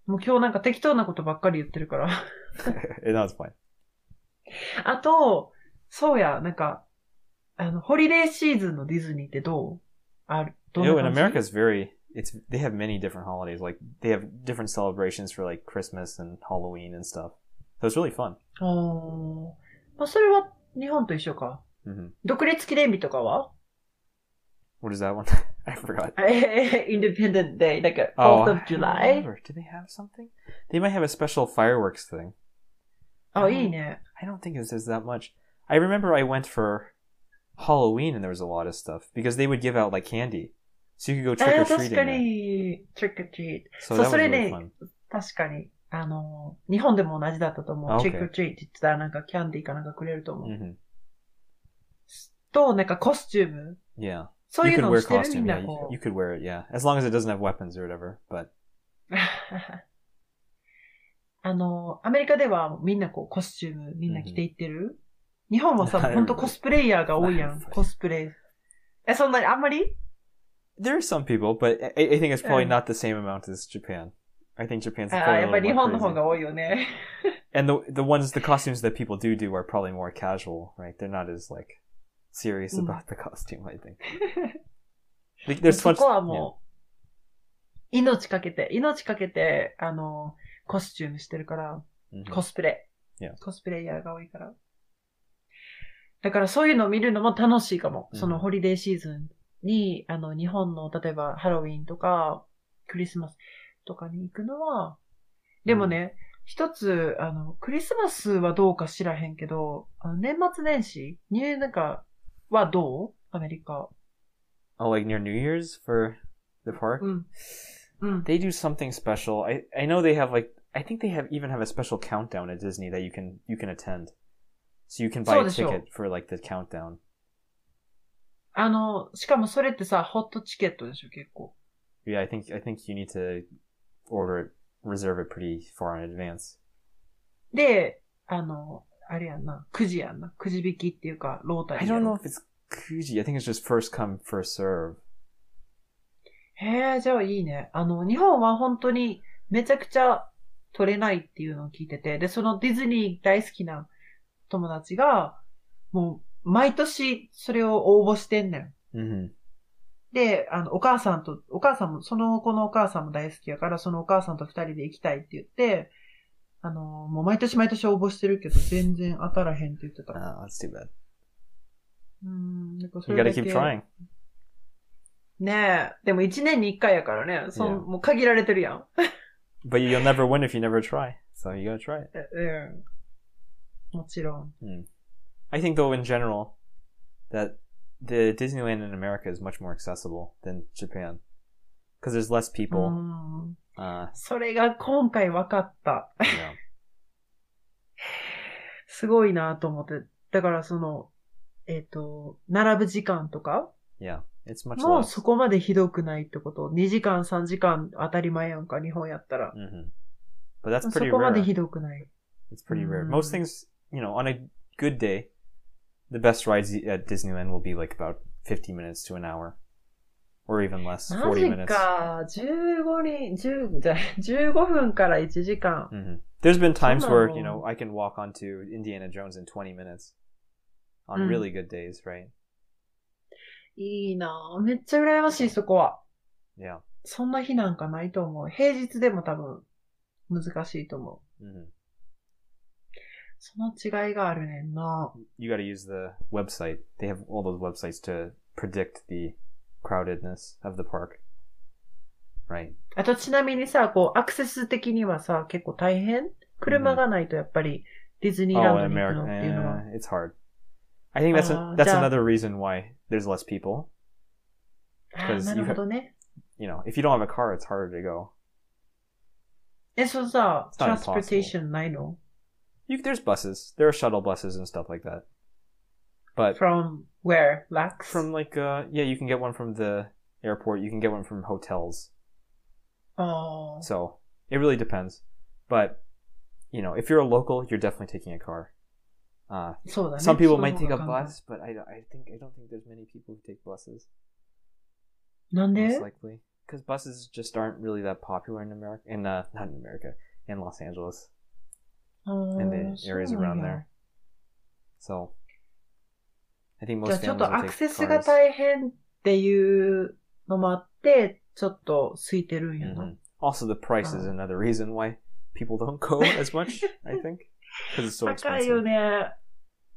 Speaker 1: もう今日なんか適当なことばっかり言ってるから。
Speaker 2: that's fine.
Speaker 1: あと、そうや、なんか、あの、ホリデーシーズンのディズニーってどうあるどん
Speaker 2: Yo,
Speaker 1: な
Speaker 2: in
Speaker 1: 感じ
Speaker 2: Oh, America, it's very. It's they have many different holidays. Like they have different celebrations for like Christmas and Halloween and stuff. So it's really fun.
Speaker 1: あーまあ、それは日本と一緒か。
Speaker 2: hmm
Speaker 1: 独立記念日とかは
Speaker 2: What is that one? I forgot.
Speaker 1: えインディペンデントデイ、なんか、
Speaker 2: Oh,
Speaker 1: 4th of
Speaker 2: I
Speaker 1: July。
Speaker 2: remember. Do they have something? They might have a special fireworks thing.
Speaker 1: あ、いいね。
Speaker 2: I don't think it was that much. I remember I went for Halloween and there was a lot of stuff because they would give out like candy, so you could go
Speaker 1: あ
Speaker 2: trick
Speaker 1: ー
Speaker 2: or
Speaker 1: 確
Speaker 2: treating.
Speaker 1: かに、trick or treat。
Speaker 2: So
Speaker 1: Ah, So
Speaker 2: that was
Speaker 1: sorry,
Speaker 2: really
Speaker 1: they-
Speaker 2: fun.
Speaker 1: 確かに。あの、日本でも同じだったと思う。
Speaker 2: あ
Speaker 1: trick
Speaker 2: OK
Speaker 1: or treat って言ってたらなんかキャンディーかなんかくれると思う。
Speaker 2: hmm
Speaker 1: と、なんかコスチューム。
Speaker 2: Yeah,
Speaker 1: そう
Speaker 2: you
Speaker 1: いう
Speaker 2: could
Speaker 1: のを
Speaker 2: wear
Speaker 1: してるみん
Speaker 2: costume. Yeah,
Speaker 1: な
Speaker 2: you,
Speaker 1: こ
Speaker 2: you could wear it. Yeah, as long as it doesn't have weapons or whatever. But
Speaker 1: う。 あの、アメリカではみんなこうコスチュームみんな着ていってる、日本はさ、
Speaker 2: はい
Speaker 1: ほんとコスプレイヤーが多い やん。
Speaker 2: はい
Speaker 1: コスプレイ。え、そんなにあんまり
Speaker 2: there are some people, but I, I think it's
Speaker 1: Yeah.
Speaker 2: probably
Speaker 1: Uh,
Speaker 2: not the same amount as Japan. I think Japan's
Speaker 1: あー
Speaker 2: probably a
Speaker 1: やっ
Speaker 2: little
Speaker 1: ぱり日
Speaker 2: more
Speaker 1: 本の方
Speaker 2: crazy.
Speaker 1: が多いよね。
Speaker 2: And the the ones the costumes that people do do are probably more casual, right? They're not as like serious
Speaker 1: Mm.
Speaker 2: about the costume. I think Like, there's
Speaker 1: そ
Speaker 2: much.
Speaker 1: こは
Speaker 2: yeah.
Speaker 1: もう、命かけて、命かけて、あの、コスチュームしてるから、
Speaker 2: Mhm.
Speaker 1: コスプレ。
Speaker 2: Yeah.
Speaker 1: コスプレイヤーが多いから。だからそういうのを見るのも楽しいかも。
Speaker 2: うん
Speaker 1: そのホリデーシーズンに、あの、日本の、例えばハロウィンとか、クリスマスとかに行くのは、でもね、一つ、あの、クリスマスはどうか知らへんけど、あの年末年始に、なんか、はどうアメリカ。
Speaker 2: Oh, like near New Year's for the park?
Speaker 1: うん。うん。
Speaker 2: They do something special. I I know they have like I think they have even have a special countdown at Disney that you can you can attend. So you can buy a
Speaker 1: そうでしょう。
Speaker 2: ticket for like the countdown.
Speaker 1: あの、しかもそれってさ、ホットチケットでしょ、結構。
Speaker 2: Yeah, I think I think you need to order it reserve it pretty far in advance.
Speaker 1: で、あの、あれやんな、くじやんな。くじ引きっていうか、ロータリー
Speaker 2: I
Speaker 1: やろ。
Speaker 2: don't know if it's Kuji. I think it's just first come, first serve.
Speaker 1: へえ、じゃあいいね。あの、日本は本当にめちゃくちゃ取れないっていうのを聞いてて、で、そのディズニー大好きな友達が、もう、毎年それを応募してんねん。
Speaker 2: Mm-hmm.
Speaker 1: で、あの、お母さんと、お母さんも、その子のお母さんも大好きやから、そのお母さんと二人で行きたいって言って、あの、もう毎年毎年応募してるけど、全然当たらへんって言ってた。
Speaker 2: Oh, that's too bad.
Speaker 1: うん、なんかそ
Speaker 2: You
Speaker 1: れ
Speaker 2: gotta
Speaker 1: だけ
Speaker 2: keep trying.
Speaker 1: ねえ。でも一年に一回やからね。そう、
Speaker 2: Yeah.
Speaker 1: もう限られてるやん。
Speaker 2: But you'll never win if you never try. So you gotta try it.
Speaker 1: えうん。もちろん。
Speaker 2: Mm. I think, though, in general, that the Disneyland in America is much more accessible than Japan because there's less
Speaker 1: う
Speaker 2: people.
Speaker 1: ん。
Speaker 2: Uh,
Speaker 1: それが今回分かった。
Speaker 2: you know.
Speaker 1: すごいなと思って。だからその、えっ、と、並ぶ時間とか
Speaker 2: yeah, it's much
Speaker 1: もう
Speaker 2: less.
Speaker 1: そこまでひどくないってこと。2時間、3時間当たり前やんか、日本やったら。
Speaker 2: hmm But that's
Speaker 1: そ
Speaker 2: pretty
Speaker 1: こま
Speaker 2: rare.
Speaker 1: でひどくない。
Speaker 2: It's pretty rare.
Speaker 1: Mm.
Speaker 2: Most things, you know, on a good day, the best rides at Disneyland will be like about 50 minutes to an hour or even less,
Speaker 1: マ
Speaker 2: 40
Speaker 1: ジ
Speaker 2: minutes.
Speaker 1: か。15人、10じゃない、15分から1時間。
Speaker 2: hmm There's been times where,
Speaker 1: Wow.
Speaker 2: you know, I can walk onto Indiana Jones in 20 minutes on
Speaker 1: Mm.
Speaker 2: really good days, right?
Speaker 1: いいなぁめっちゃ羨ましい、そこは。
Speaker 2: Yeah.
Speaker 1: そんな日なんかないと思う。平日でも多分、難しいと思う。
Speaker 2: hmm
Speaker 1: その違いがあるねんな。
Speaker 2: you got to use the website. They have all those websites to predict the crowdedness of the park. Right.
Speaker 1: あとちなみにさ、こう、アクセス的にはさ、結構大変車がないとやっぱりディズニーラ
Speaker 2: oh,
Speaker 1: ンド
Speaker 2: in
Speaker 1: に行くのっていうのは
Speaker 2: America, eh, it's hard. I think that's a,
Speaker 1: Uh,
Speaker 2: that's
Speaker 1: yeah.
Speaker 2: another reason why there's less people.
Speaker 1: あ
Speaker 2: because
Speaker 1: ーなるほどね。
Speaker 2: You know, if you don't have a car, it's harder to go.
Speaker 1: え、そうさ、
Speaker 2: It's not impossible.
Speaker 1: transportation ないの
Speaker 2: You, there's buses. There are shuttle buses and stuff like that. But
Speaker 1: ?from where? Lax?
Speaker 2: from like, uh, yeah, you can get one from the airport. You can get one from hotels.
Speaker 1: あー
Speaker 2: So it really depends. But you know, if you're a local, you're definitely taking a car. Uh,
Speaker 1: そうだね。
Speaker 2: some people
Speaker 1: その
Speaker 2: might
Speaker 1: 方
Speaker 2: take a
Speaker 1: が簡単
Speaker 2: bus, but I, don't- I think I don't think there's many people who take buses.
Speaker 1: なんで
Speaker 2: Most likely, because buses just aren't really that popular in America, in uh, not in America, in Los Angeles
Speaker 1: あー
Speaker 2: and the
Speaker 1: そうなん
Speaker 2: areas
Speaker 1: だ
Speaker 2: around there. So I think
Speaker 1: じゃあ
Speaker 2: most
Speaker 1: ちょっとアクセ
Speaker 2: families
Speaker 1: ス
Speaker 2: will
Speaker 1: が
Speaker 2: take cars.
Speaker 1: 大変っていうのもあって、ちょっと空いてるんやな。
Speaker 2: Mhm. Also, the price
Speaker 1: Oh.
Speaker 2: is another reason why people don't go as much. I think because it's so
Speaker 1: 高いよ
Speaker 2: expensive.
Speaker 1: ね。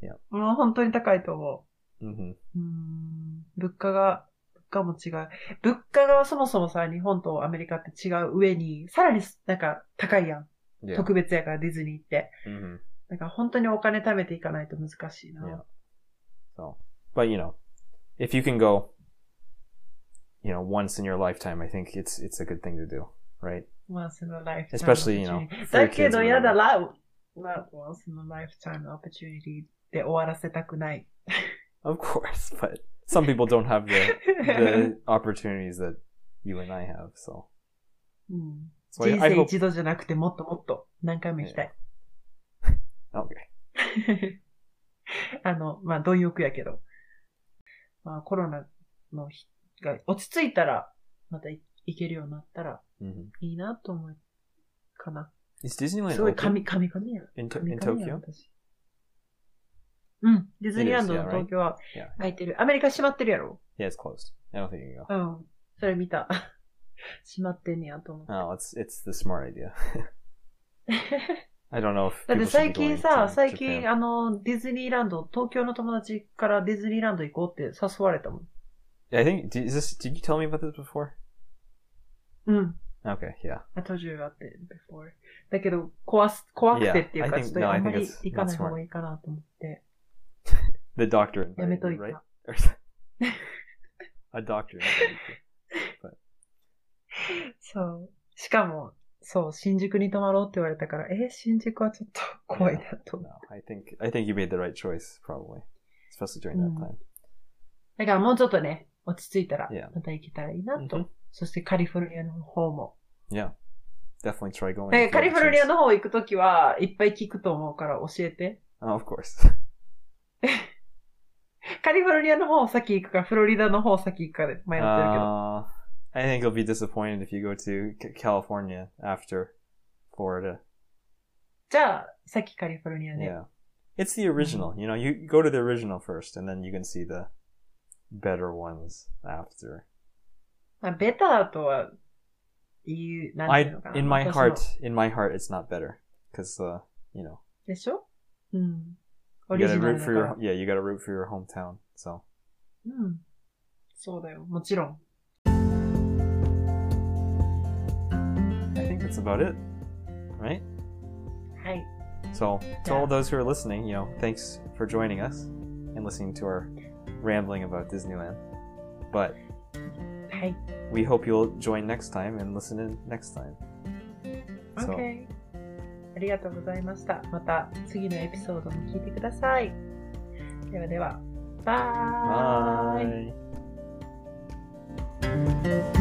Speaker 2: Yeah.
Speaker 1: もう本当に高いと思
Speaker 2: hmm
Speaker 1: う。うーん。物価が、物価も違う。物価がそもそもさ、日本とアメリカって違う上に、さらになんか高いやん。
Speaker 2: Yeah.
Speaker 1: 特別やからディズニーって。
Speaker 2: hmm
Speaker 1: なんか本当にお金貯めていかないと難しいな。
Speaker 2: Yeah. So, but you know, if you can go, you know, once in your lifetime, I think it's it's a good thing to do, right?
Speaker 1: Once in a lifetime.
Speaker 2: Especially, you know,
Speaker 1: opportunity.
Speaker 2: for
Speaker 1: だ
Speaker 2: your
Speaker 1: け
Speaker 2: kids
Speaker 1: ど
Speaker 2: or
Speaker 1: 嫌だ、
Speaker 2: whatever.
Speaker 1: ラウ。not once in a lifetime opportunity で終わらせたくない。
Speaker 2: Of course, but some people don't have the the opportunities that you and I have. So,
Speaker 1: うん、
Speaker 2: so
Speaker 1: 人
Speaker 2: I, I
Speaker 1: 生
Speaker 2: hope.
Speaker 1: 一度じゃなくてもっともっと何回も行きたい。
Speaker 2: Okay.
Speaker 1: あの、まあ、貪欲やけど。まあ、コロナの日が落ち着いたら、またい行けるようになったら
Speaker 2: hmm
Speaker 1: いいなと思うかな。
Speaker 2: Is Disneyland
Speaker 1: すごい
Speaker 2: open
Speaker 1: 神、神々や。
Speaker 2: in, to-
Speaker 1: 神
Speaker 2: in
Speaker 1: 々や
Speaker 2: Tokyo?
Speaker 1: 私。うん。ディズニーランドの
Speaker 2: It is, yeah, right?
Speaker 1: 東京は
Speaker 2: Yeah.
Speaker 1: 空いてる。アメリカ閉まってるやろ
Speaker 2: Yeah, it's closed. I don't think you can go.
Speaker 1: うん。それ見た。閉まってんねやと思って。
Speaker 2: No, Oh, it's it's the smart idea. I don't know if
Speaker 1: だって
Speaker 2: people should
Speaker 1: 最
Speaker 2: be
Speaker 1: 近
Speaker 2: going
Speaker 1: さ、
Speaker 2: to
Speaker 1: 最
Speaker 2: Japan.
Speaker 1: 近あの、ディズニーランド、東京の友達からディズニーランド行こうって誘われたもん。
Speaker 2: I think is this. Did you tell me about this before?
Speaker 1: うん。
Speaker 2: Okay, yeah.
Speaker 1: I told you about it before. だけど、怖す、怖くてっていう
Speaker 2: Yeah,
Speaker 1: か、
Speaker 2: I think-
Speaker 1: ちょっと
Speaker 2: no,
Speaker 1: あ
Speaker 2: I
Speaker 1: んま
Speaker 2: think
Speaker 1: り
Speaker 2: it's
Speaker 1: 行かない方がいいかなと思って、
Speaker 2: The doctor
Speaker 1: やめ
Speaker 2: invited
Speaker 1: と
Speaker 2: you,
Speaker 1: いた。
Speaker 2: right?
Speaker 1: い
Speaker 2: Or a doctor. invited you.
Speaker 1: そう。しかも、そう、新宿に泊まろうって言われたから、え、新宿はちょっと怖いなと思って。
Speaker 2: No, I think I think you made the right choice, probably, especially during that
Speaker 1: Mm.
Speaker 2: time.
Speaker 1: だからもうちょっとね、落ち着いたら
Speaker 2: Yeah.、
Speaker 1: また行けたらいいなと。
Speaker 2: Mhm.
Speaker 1: そしてカリフォルニアの方も。
Speaker 2: Yeah, definitely try going.
Speaker 1: なん
Speaker 2: if
Speaker 1: か
Speaker 2: you
Speaker 1: カ
Speaker 2: have
Speaker 1: リ
Speaker 2: a
Speaker 1: フォルニア
Speaker 2: chance.
Speaker 1: の方行くときは、いっぱい聞くと思うから教えて。
Speaker 2: Oh, of course.
Speaker 1: カリフォルニアの方を先行くか、フロリダの方を先行くかで迷ってるけ
Speaker 2: Uh,
Speaker 1: ど。
Speaker 2: I think you'll be disappointed if you go to C- California after Florida.
Speaker 1: じゃあ、先カリフォルニアで。
Speaker 2: Yeah, it's the original. You know, you you go to the original first, and then you can see the better ones after.
Speaker 1: まあ、ベターとは言う、なんてい
Speaker 2: I
Speaker 1: うのかな。
Speaker 2: in my
Speaker 1: 私の
Speaker 2: heart, in my heart, it's not better because uh, you know.
Speaker 1: でしょうん。オ
Speaker 2: You
Speaker 1: リ
Speaker 2: gotta
Speaker 1: ジナ
Speaker 2: root
Speaker 1: ルだか
Speaker 2: for your
Speaker 1: ら。
Speaker 2: yeah. You gotta root for your hometown. So
Speaker 1: うん。そうだよ。もちろん。
Speaker 2: I think that's about it, right?
Speaker 1: はい。
Speaker 2: So to all
Speaker 1: Yeah.
Speaker 2: those who are listening, you know, thanks for joining us and listening to our rambling about Disneyland. But
Speaker 1: はい。
Speaker 2: we hope you'll join next time and listen in next time. So
Speaker 1: OK。ありがとうございました。また次のエピソードも聞いてください。ではでは、バイ
Speaker 2: bye.